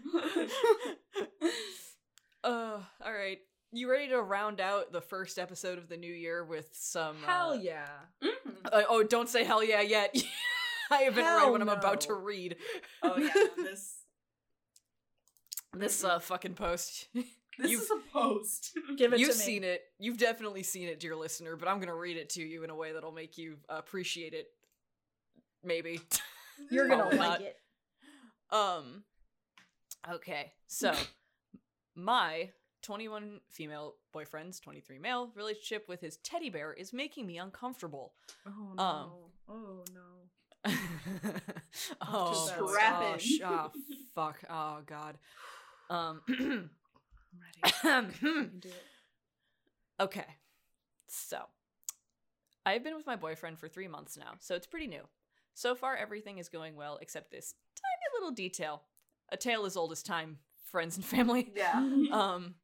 S2: Uh, all right. You ready to round out the first episode of the new year with some? uh,
S3: Hell yeah.
S4: Mm.
S2: Uh, oh, don't say hell yeah yet. I haven't read
S3: Hell
S2: what I'm about to
S3: no.
S2: read.
S4: Oh yeah, no, this
S2: This uh, fucking post.
S4: this
S2: You-
S4: is a post.
S3: Give it
S2: You've
S3: to me.
S2: seen it. You've definitely seen it, dear listener, but I'm going to read it to you in a way that'll make you uh, appreciate it. Maybe.
S3: You're gonna
S2: Probably
S3: Oh,
S2: not.
S3: like it.
S2: Um okay. So my 21 female boyfriend's 23 male relationship with his teddy bear is making me uncomfortable.
S3: Oh no.
S2: Um,
S3: oh no.
S2: oh,
S3: that
S2: oh,
S4: one.
S2: sh- oh, fuck. Oh god. Um
S3: I'm ready. do it.
S2: Okay. So, I've been with my boyfriend for three months now, so it's pretty new. So far, everything is going well except this tiny little detail. A tale as old as time, friends and family.
S4: Yeah.
S2: Um,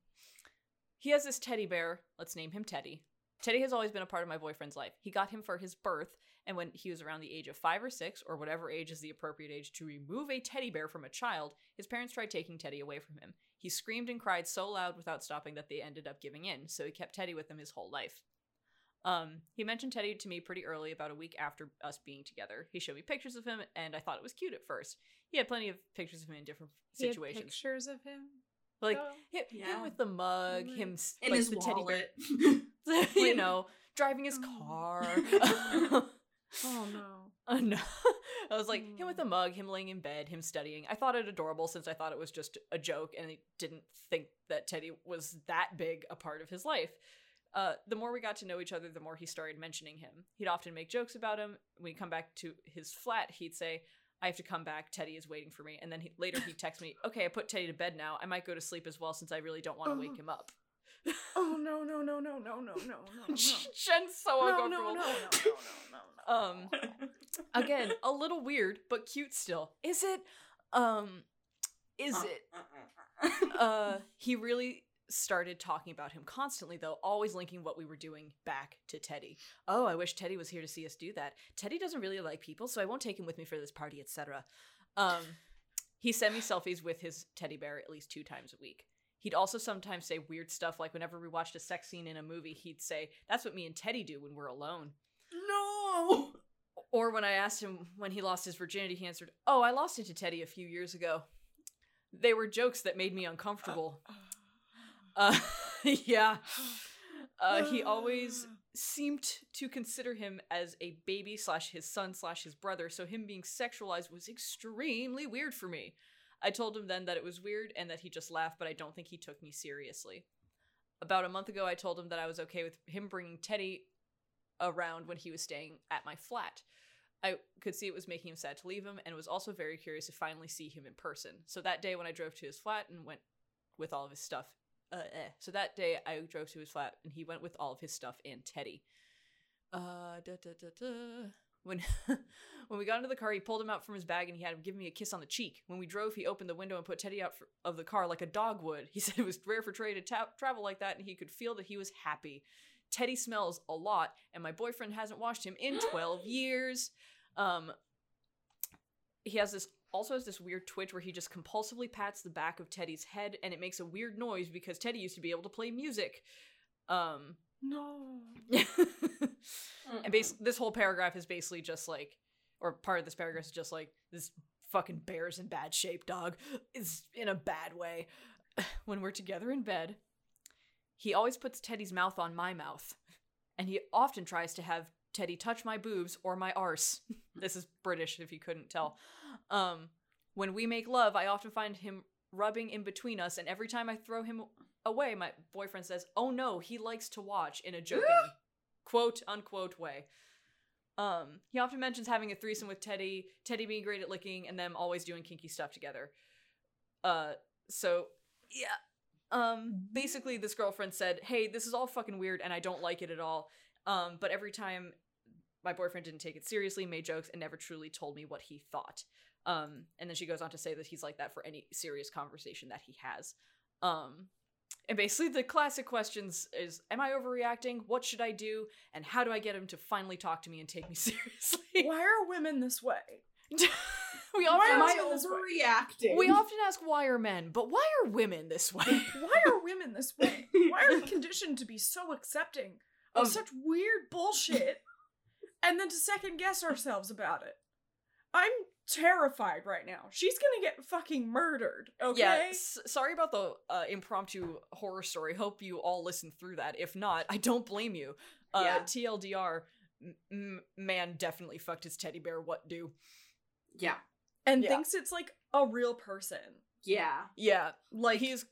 S2: he has this teddy bear. Let's name him Teddy. Teddy has always been a part of my boyfriend's life. He got him for his birth, and when he was around the age of five or six, or whatever age is the appropriate age to remove a teddy bear from a child, his parents tried taking Teddy away from him. He screamed and cried so loud without stopping that they ended up giving in, so he kept Teddy with him his whole life. Um, he mentioned Teddy to me pretty early, about a week after us being together. He showed me pictures of him, and I thought it was cute at first. He had plenty of pictures of him in different situations.
S3: pictures of him.
S2: Like
S3: Oh.
S2: hi- him,
S4: Yeah. Mm-hmm.
S2: with the mug,
S3: Like-
S2: him s-
S4: In
S2: like
S4: his
S2: the
S4: wallet. Mm-hmm.
S2: teddy bear, you
S3: Wait.
S2: know, driving his car.
S3: Oh no.
S2: Oh, no. I was like, him with
S3: Mm.
S2: a mug, him laying in bed, him studying. I thought it adorable since I thought it was just a joke and I didn't think that Teddy was that big a part of his life. Uh, the more we got to know each other, the more he started mentioning him. He'd often make jokes about him. When he come back to his flat, he'd say, I have to come back. Teddy is waiting for me. And then he, later he'd text me, Okay, I put Teddy to bed now. I might go to sleep as well since I really don't want to
S4: Uh-huh.
S2: wake him up.
S3: Oh no no no no no no no no no.
S2: Jen's so
S3: No, no,
S2: uncomfortable.
S3: no, no, no,
S2: Um, again, a little weird, but cute still. Is it? Um, is
S4: Uh,
S2: it?
S4: uh, uh, uh, uh.
S2: Uh, he really started talking about him constantly, though, always linking what we were doing back to Teddy. Oh, I wish Teddy was here to see us do that. Teddy doesn't really like people, so I won't take him with me for this party, etc. Um, he sent me selfies with his teddy bear at least two times a week. He'd also sometimes say weird stuff, like whenever we watched a sex scene in a movie, he'd say, "That's what me and Teddy do when we're alone."
S4: no.
S2: Or when I asked him when he lost his virginity, he answered, Oh, I lost it to Teddy a few years ago. They were jokes that made me uncomfortable. Uh, yeah. Uh, he always seemed to consider him as a baby slash his son slash his brother, so him being sexualized was extremely weird for me. I told him then that it was weird and that he just laughed, but I don't think he took me seriously. About a month ago, I told him that I was okay with him bringing Teddy around when he was staying at my flat. I could see it was making him sad to leave him and was also very curious to finally see him in person. So that day when I drove to his flat and went with all of his stuff, uh, eh. so that day I drove to his flat and he went with all of his stuff and Teddy. Uh, da, da, da, da. When when we got into the car, he pulled him out from his bag and he had him give me a kiss on the cheek. When we drove, he opened the window and put Teddy out for, of the car like a dog would. He said it was rare for Trey to ta- travel like that, and he could feel that he was happy. Teddy smells a lot, and my boyfriend hasn't washed him in twelve years. Um, he has this also has this weird twitch where he just compulsively pats the back of Teddy's head, and it makes a weird noise because Teddy used to be able to play music. Um,
S3: No.
S2: and
S4: Mm-hmm.
S2: bas- this whole paragraph is basically just like, or part of this paragraph is just like this fucking bear's in bad shape, dog. It's in a bad way. when we're together in bed, he always puts Teddy's mouth on my mouth, and he often tries to have Teddy touch my boobs or my arse. this is British, if you couldn't tell. Um, when we make love, I often find him rubbing in between us, and every time I throw him away, my boyfriend says, "Oh no, he likes to watch" in a joking, quote unquote way. Um, he often mentions having a threesome with Teddy, Teddy being great at licking, and them always doing kinky stuff together. Uh, so yeah. Um, basically, this girlfriend said, "Hey, this is all fucking weird, and I don't like it at all." Um, but every time my boyfriend didn't take it seriously, made jokes, and never truly told me what he thought. Um, and then she goes on to say that he's like that for any serious conversation that he has. Um, and basically, the classic questions is, "Am I overreacting? What should I do? And how do I get him to finally talk to me and take me seriously?"
S3: Why are women this way?
S2: we
S3: Why
S2: often
S4: Am
S3: am
S4: I
S3: I this way?
S4: overreacting?
S2: we often ask why are men, but why are women this way?
S3: Why are women this way? Why are we conditioned to be so accepting of
S4: Of-
S3: such weird bullshit and then to second guess ourselves about it? I'm terrified right now. She's gonna get fucking murdered, okay?
S2: Yeah, s- sorry about the uh, impromptu horror story. Hope you all listen through that. If not, I don't blame you. Uh,
S4: Yeah.
S2: TLDR, m- m- man definitely fucked his teddy bear. What do?
S4: yeah,
S3: And
S2: Yeah.
S3: thinks it's like a real person.
S4: yeah.
S2: Yeah, like he's,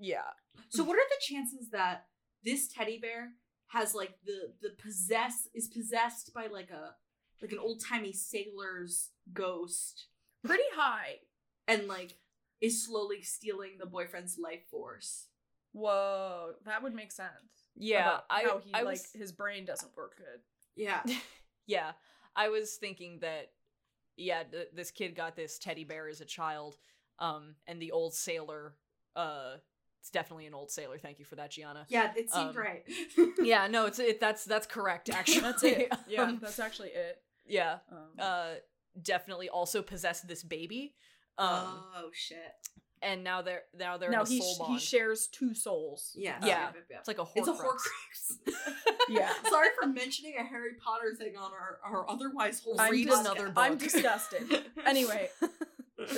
S2: yeah,
S4: So what are the chances that this teddy bear has like the the possess is possessed by like a like an old timey sailor's ghost
S3: Pretty high.
S4: and like is slowly stealing the boyfriend's life force?
S3: Whoa, that would make sense.
S2: yeah.
S3: About
S2: I,
S3: how he
S2: I
S3: like
S2: was,
S3: his brain doesn't work good.
S4: Yeah.
S2: yeah, I was thinking that, yeah, th- this kid got this teddy bear as a child, um, and the old sailor, uh, it's definitely an old sailor. Thank you for that, Gianna.
S4: Yeah, it seemed
S2: Um,
S4: right.
S2: Yeah, no, it's it. That's that's correct. Actually,
S3: That's it. Yeah,
S2: Um,
S3: that's actually it.
S2: yeah.
S3: Um,
S2: uh definitely also possessed this baby um
S4: oh shit.
S2: and now they're now they're
S3: Ah. now
S2: in a
S3: he,
S2: soul
S3: he
S2: bond
S3: shares two souls.
S4: Yeah.
S2: Yeah.
S4: yep, yep,
S2: it's
S4: yep.
S2: like a
S4: It's
S2: horcrux
S4: a horcrux.
S3: Yeah.
S4: Sorry for mentioning a Harry Potter thing on our, our otherwise whole
S3: I'm
S2: read
S3: dis-
S2: another book
S3: I'm disgusted. anyway,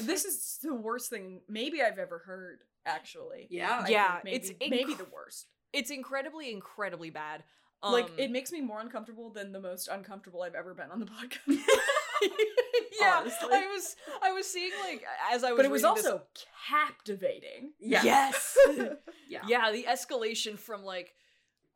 S3: this is the worst thing maybe I've ever heard. Actually,
S4: Yeah.
S3: I
S2: Yeah,
S3: think maybe,
S2: it's
S3: maybe
S2: inc-
S3: the worst.
S2: it's incredibly incredibly bad
S3: like
S2: Um,
S3: it makes me more uncomfortable than the most uncomfortable I've ever been on the podcast.
S2: yeah,
S3: honestly.
S2: I was I was seeing like as I was
S3: but it was
S2: reading this-
S3: also captivating.
S4: Yeah.
S2: yes.
S4: Yeah.
S2: yeah, the escalation from like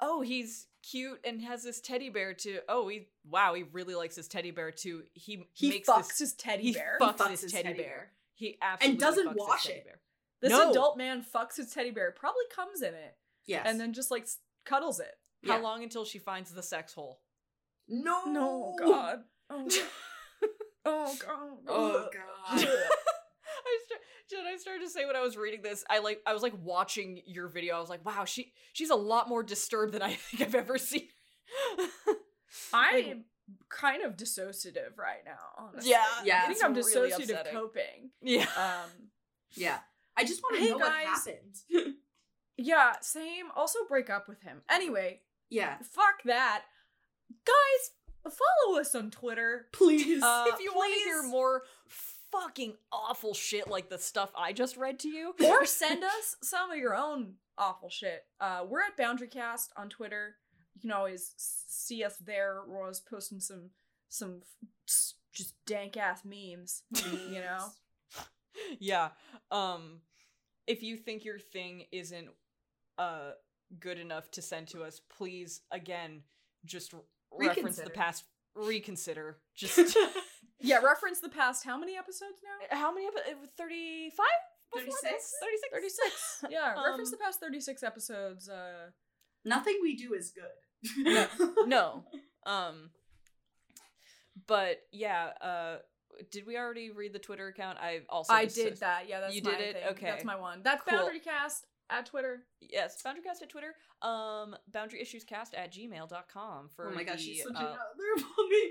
S2: oh, he's cute and has this teddy bear to oh, he wow, he really likes his teddy bear to he
S3: He
S2: makes
S3: fucks
S2: this
S3: his teddy
S2: he
S3: bear.
S2: fucks, his, teddy, bear. He absolutely
S4: doesn't
S2: fucks his
S4: wash
S2: teddy
S4: it.
S2: bear.
S3: this
S2: No.
S3: adult man fucks his teddy bear. Probably comes in it
S4: Yes.
S3: and then just like s- cuddles it.
S2: How
S4: Yeah.
S2: long until she finds the sex hole?
S4: no.
S3: No God. Oh God. oh God.
S4: Oh God.
S2: I start, Jen, I started to say when I was reading this, I like I was like watching your video. I was like, wow, she she's a lot more disturbed than I think I've ever seen.
S3: I'm kind of dissociative right now. Honestly.
S4: Yeah,
S3: I think
S2: it's
S3: I'm
S2: really
S3: dissociative
S2: upsetting.
S3: coping.
S2: Yeah.
S3: Um,
S4: yeah. I just want to
S3: Hey,
S4: know
S3: guys.
S4: what happened.
S3: yeah, same. Also, break up with him. Anyway,
S4: yeah.
S3: fuck that, guys. Follow us on Twitter.
S4: Please.
S3: Uh,
S2: if you want to hear
S3: please-
S2: more fucking awful shit like the stuff I just read to you,
S3: or send us some of your own awful shit. Uh, we're at BoundaryCast on Twitter. You can always s- see us there. We're always posting some some f- s- just dank ass memes. You know,
S2: yeah. Um if you think your thing isn't uh good enough to send to us, please again just r- reference the
S4: Reconsider.
S2: past reconsider. Just
S3: yeah. Reference the past. How many episodes now?
S2: how many uh, episodes? 35? Before this?
S4: 36?
S2: 36?
S3: 36. Yeah, reference the
S2: Um,
S3: past 36 episodes. Uh,
S4: Nothing we do is good. Oh
S2: No. no. Um but yeah, uh did we already read the Twitter account? I also
S3: I
S2: disso-
S3: did that. Yeah, that's
S2: You
S3: my
S2: did it?
S3: thing.
S2: Okay.
S3: That's my one. That's
S2: Cool.
S3: BoundaryCast at Twitter.
S2: Yes, boundarycast at Twitter, um boundaryissuescast at gmail.com for
S4: Oh my gosh,
S2: the,
S4: she's such
S2: uh,
S4: another mommy.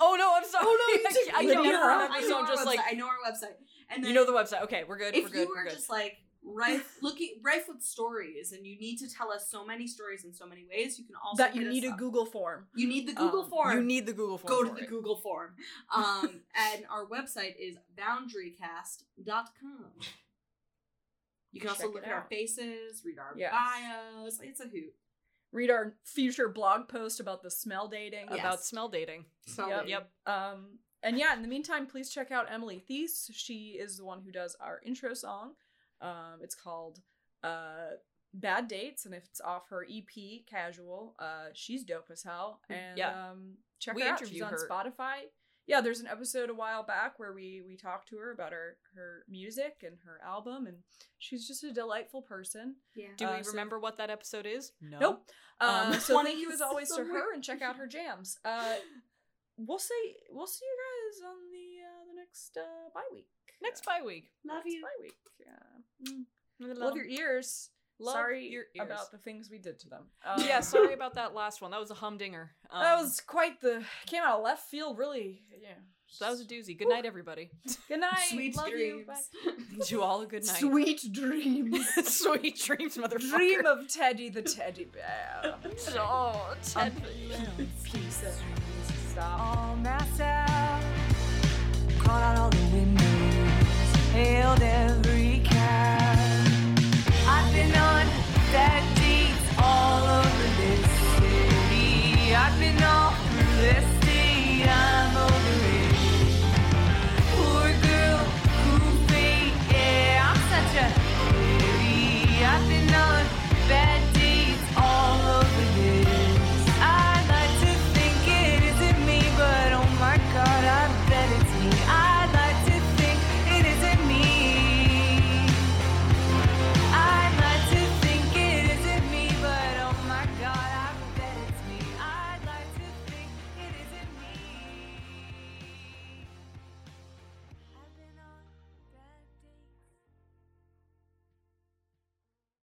S2: Oh no, I'm sorry.
S4: Oh no, you
S2: I,
S4: took
S2: I
S3: Lydia.
S2: remember
S3: I
S4: I
S2: an
S3: know
S4: know
S2: episode
S4: our
S2: just
S4: website.
S2: like
S4: I know our website. And then
S2: you know the website. Okay, we're good. we're
S4: if
S2: good.
S4: you
S2: We're
S4: are
S2: good.
S4: just like rife looking rife with stories and you need to tell us so many stories in so many ways, you can also
S3: that
S4: hit
S3: you need
S4: us
S3: a
S4: up.
S3: Google form.
S4: You need the Google
S3: Um,
S4: form.
S2: you need the Google form.
S4: go
S2: for
S4: to the
S2: it.
S4: Google form. Um, and our website is boundarycast.com. You can also
S3: Check
S4: look
S3: it
S4: at our
S3: out.
S4: faces, read our
S3: Yes.
S4: bios. It's a hoot.
S3: Read our future blog post about the smell dating.
S4: Yes.
S2: about smell dating.
S4: So
S3: Yep.
S2: Yep.
S3: Um, and yeah, in the meantime, please check out Emily Thies. She is the one who does our intro song. Um, it's called uh, Bad Dates, and it's off her EP, Casual. Uh, she's dope as hell. And
S2: Mm, Yeah.
S3: um, check
S2: We
S3: her out. She's
S2: interview
S3: on
S2: her.
S3: Spotify. Yeah, there's an episode a while back where we we talked to her about her her music and her album, and she's just a delightful person.
S4: Yeah.
S2: Do
S3: Uh,
S2: we
S3: so-
S2: remember what that episode is? No.
S3: Nope.
S2: Um,
S3: Um, so thank you
S4: 20
S3: as always to
S4: somewhere.
S3: her and check out her jams. Uh, we'll see. We'll see you guys on the uh, the next uh, bye week.
S2: Next bye week.
S4: Love you.
S3: bye week. Yeah. Mm. Love your ears.
S2: Love
S3: sorry
S2: your ears.
S3: about the things we did to them.
S2: yeah,
S3: Um,
S2: sorry about that last one. That was a humdinger. Um,
S3: that was quite the came out of left field. Really. Yeah.
S2: that was a doozy. Good night, everybody.
S3: Good night.
S4: Sweet
S3: Love you.
S4: dreams.
S3: Bye.
S2: to all a good night.
S3: Sweet dreams.
S2: Sweet dreams, motherfucker.
S3: Dream of Teddy the teddy bear.
S2: Oh, Ted.
S3: Piece of stop.
S1: all messed up. Caught out all the windows, hailed every
S4: oh oh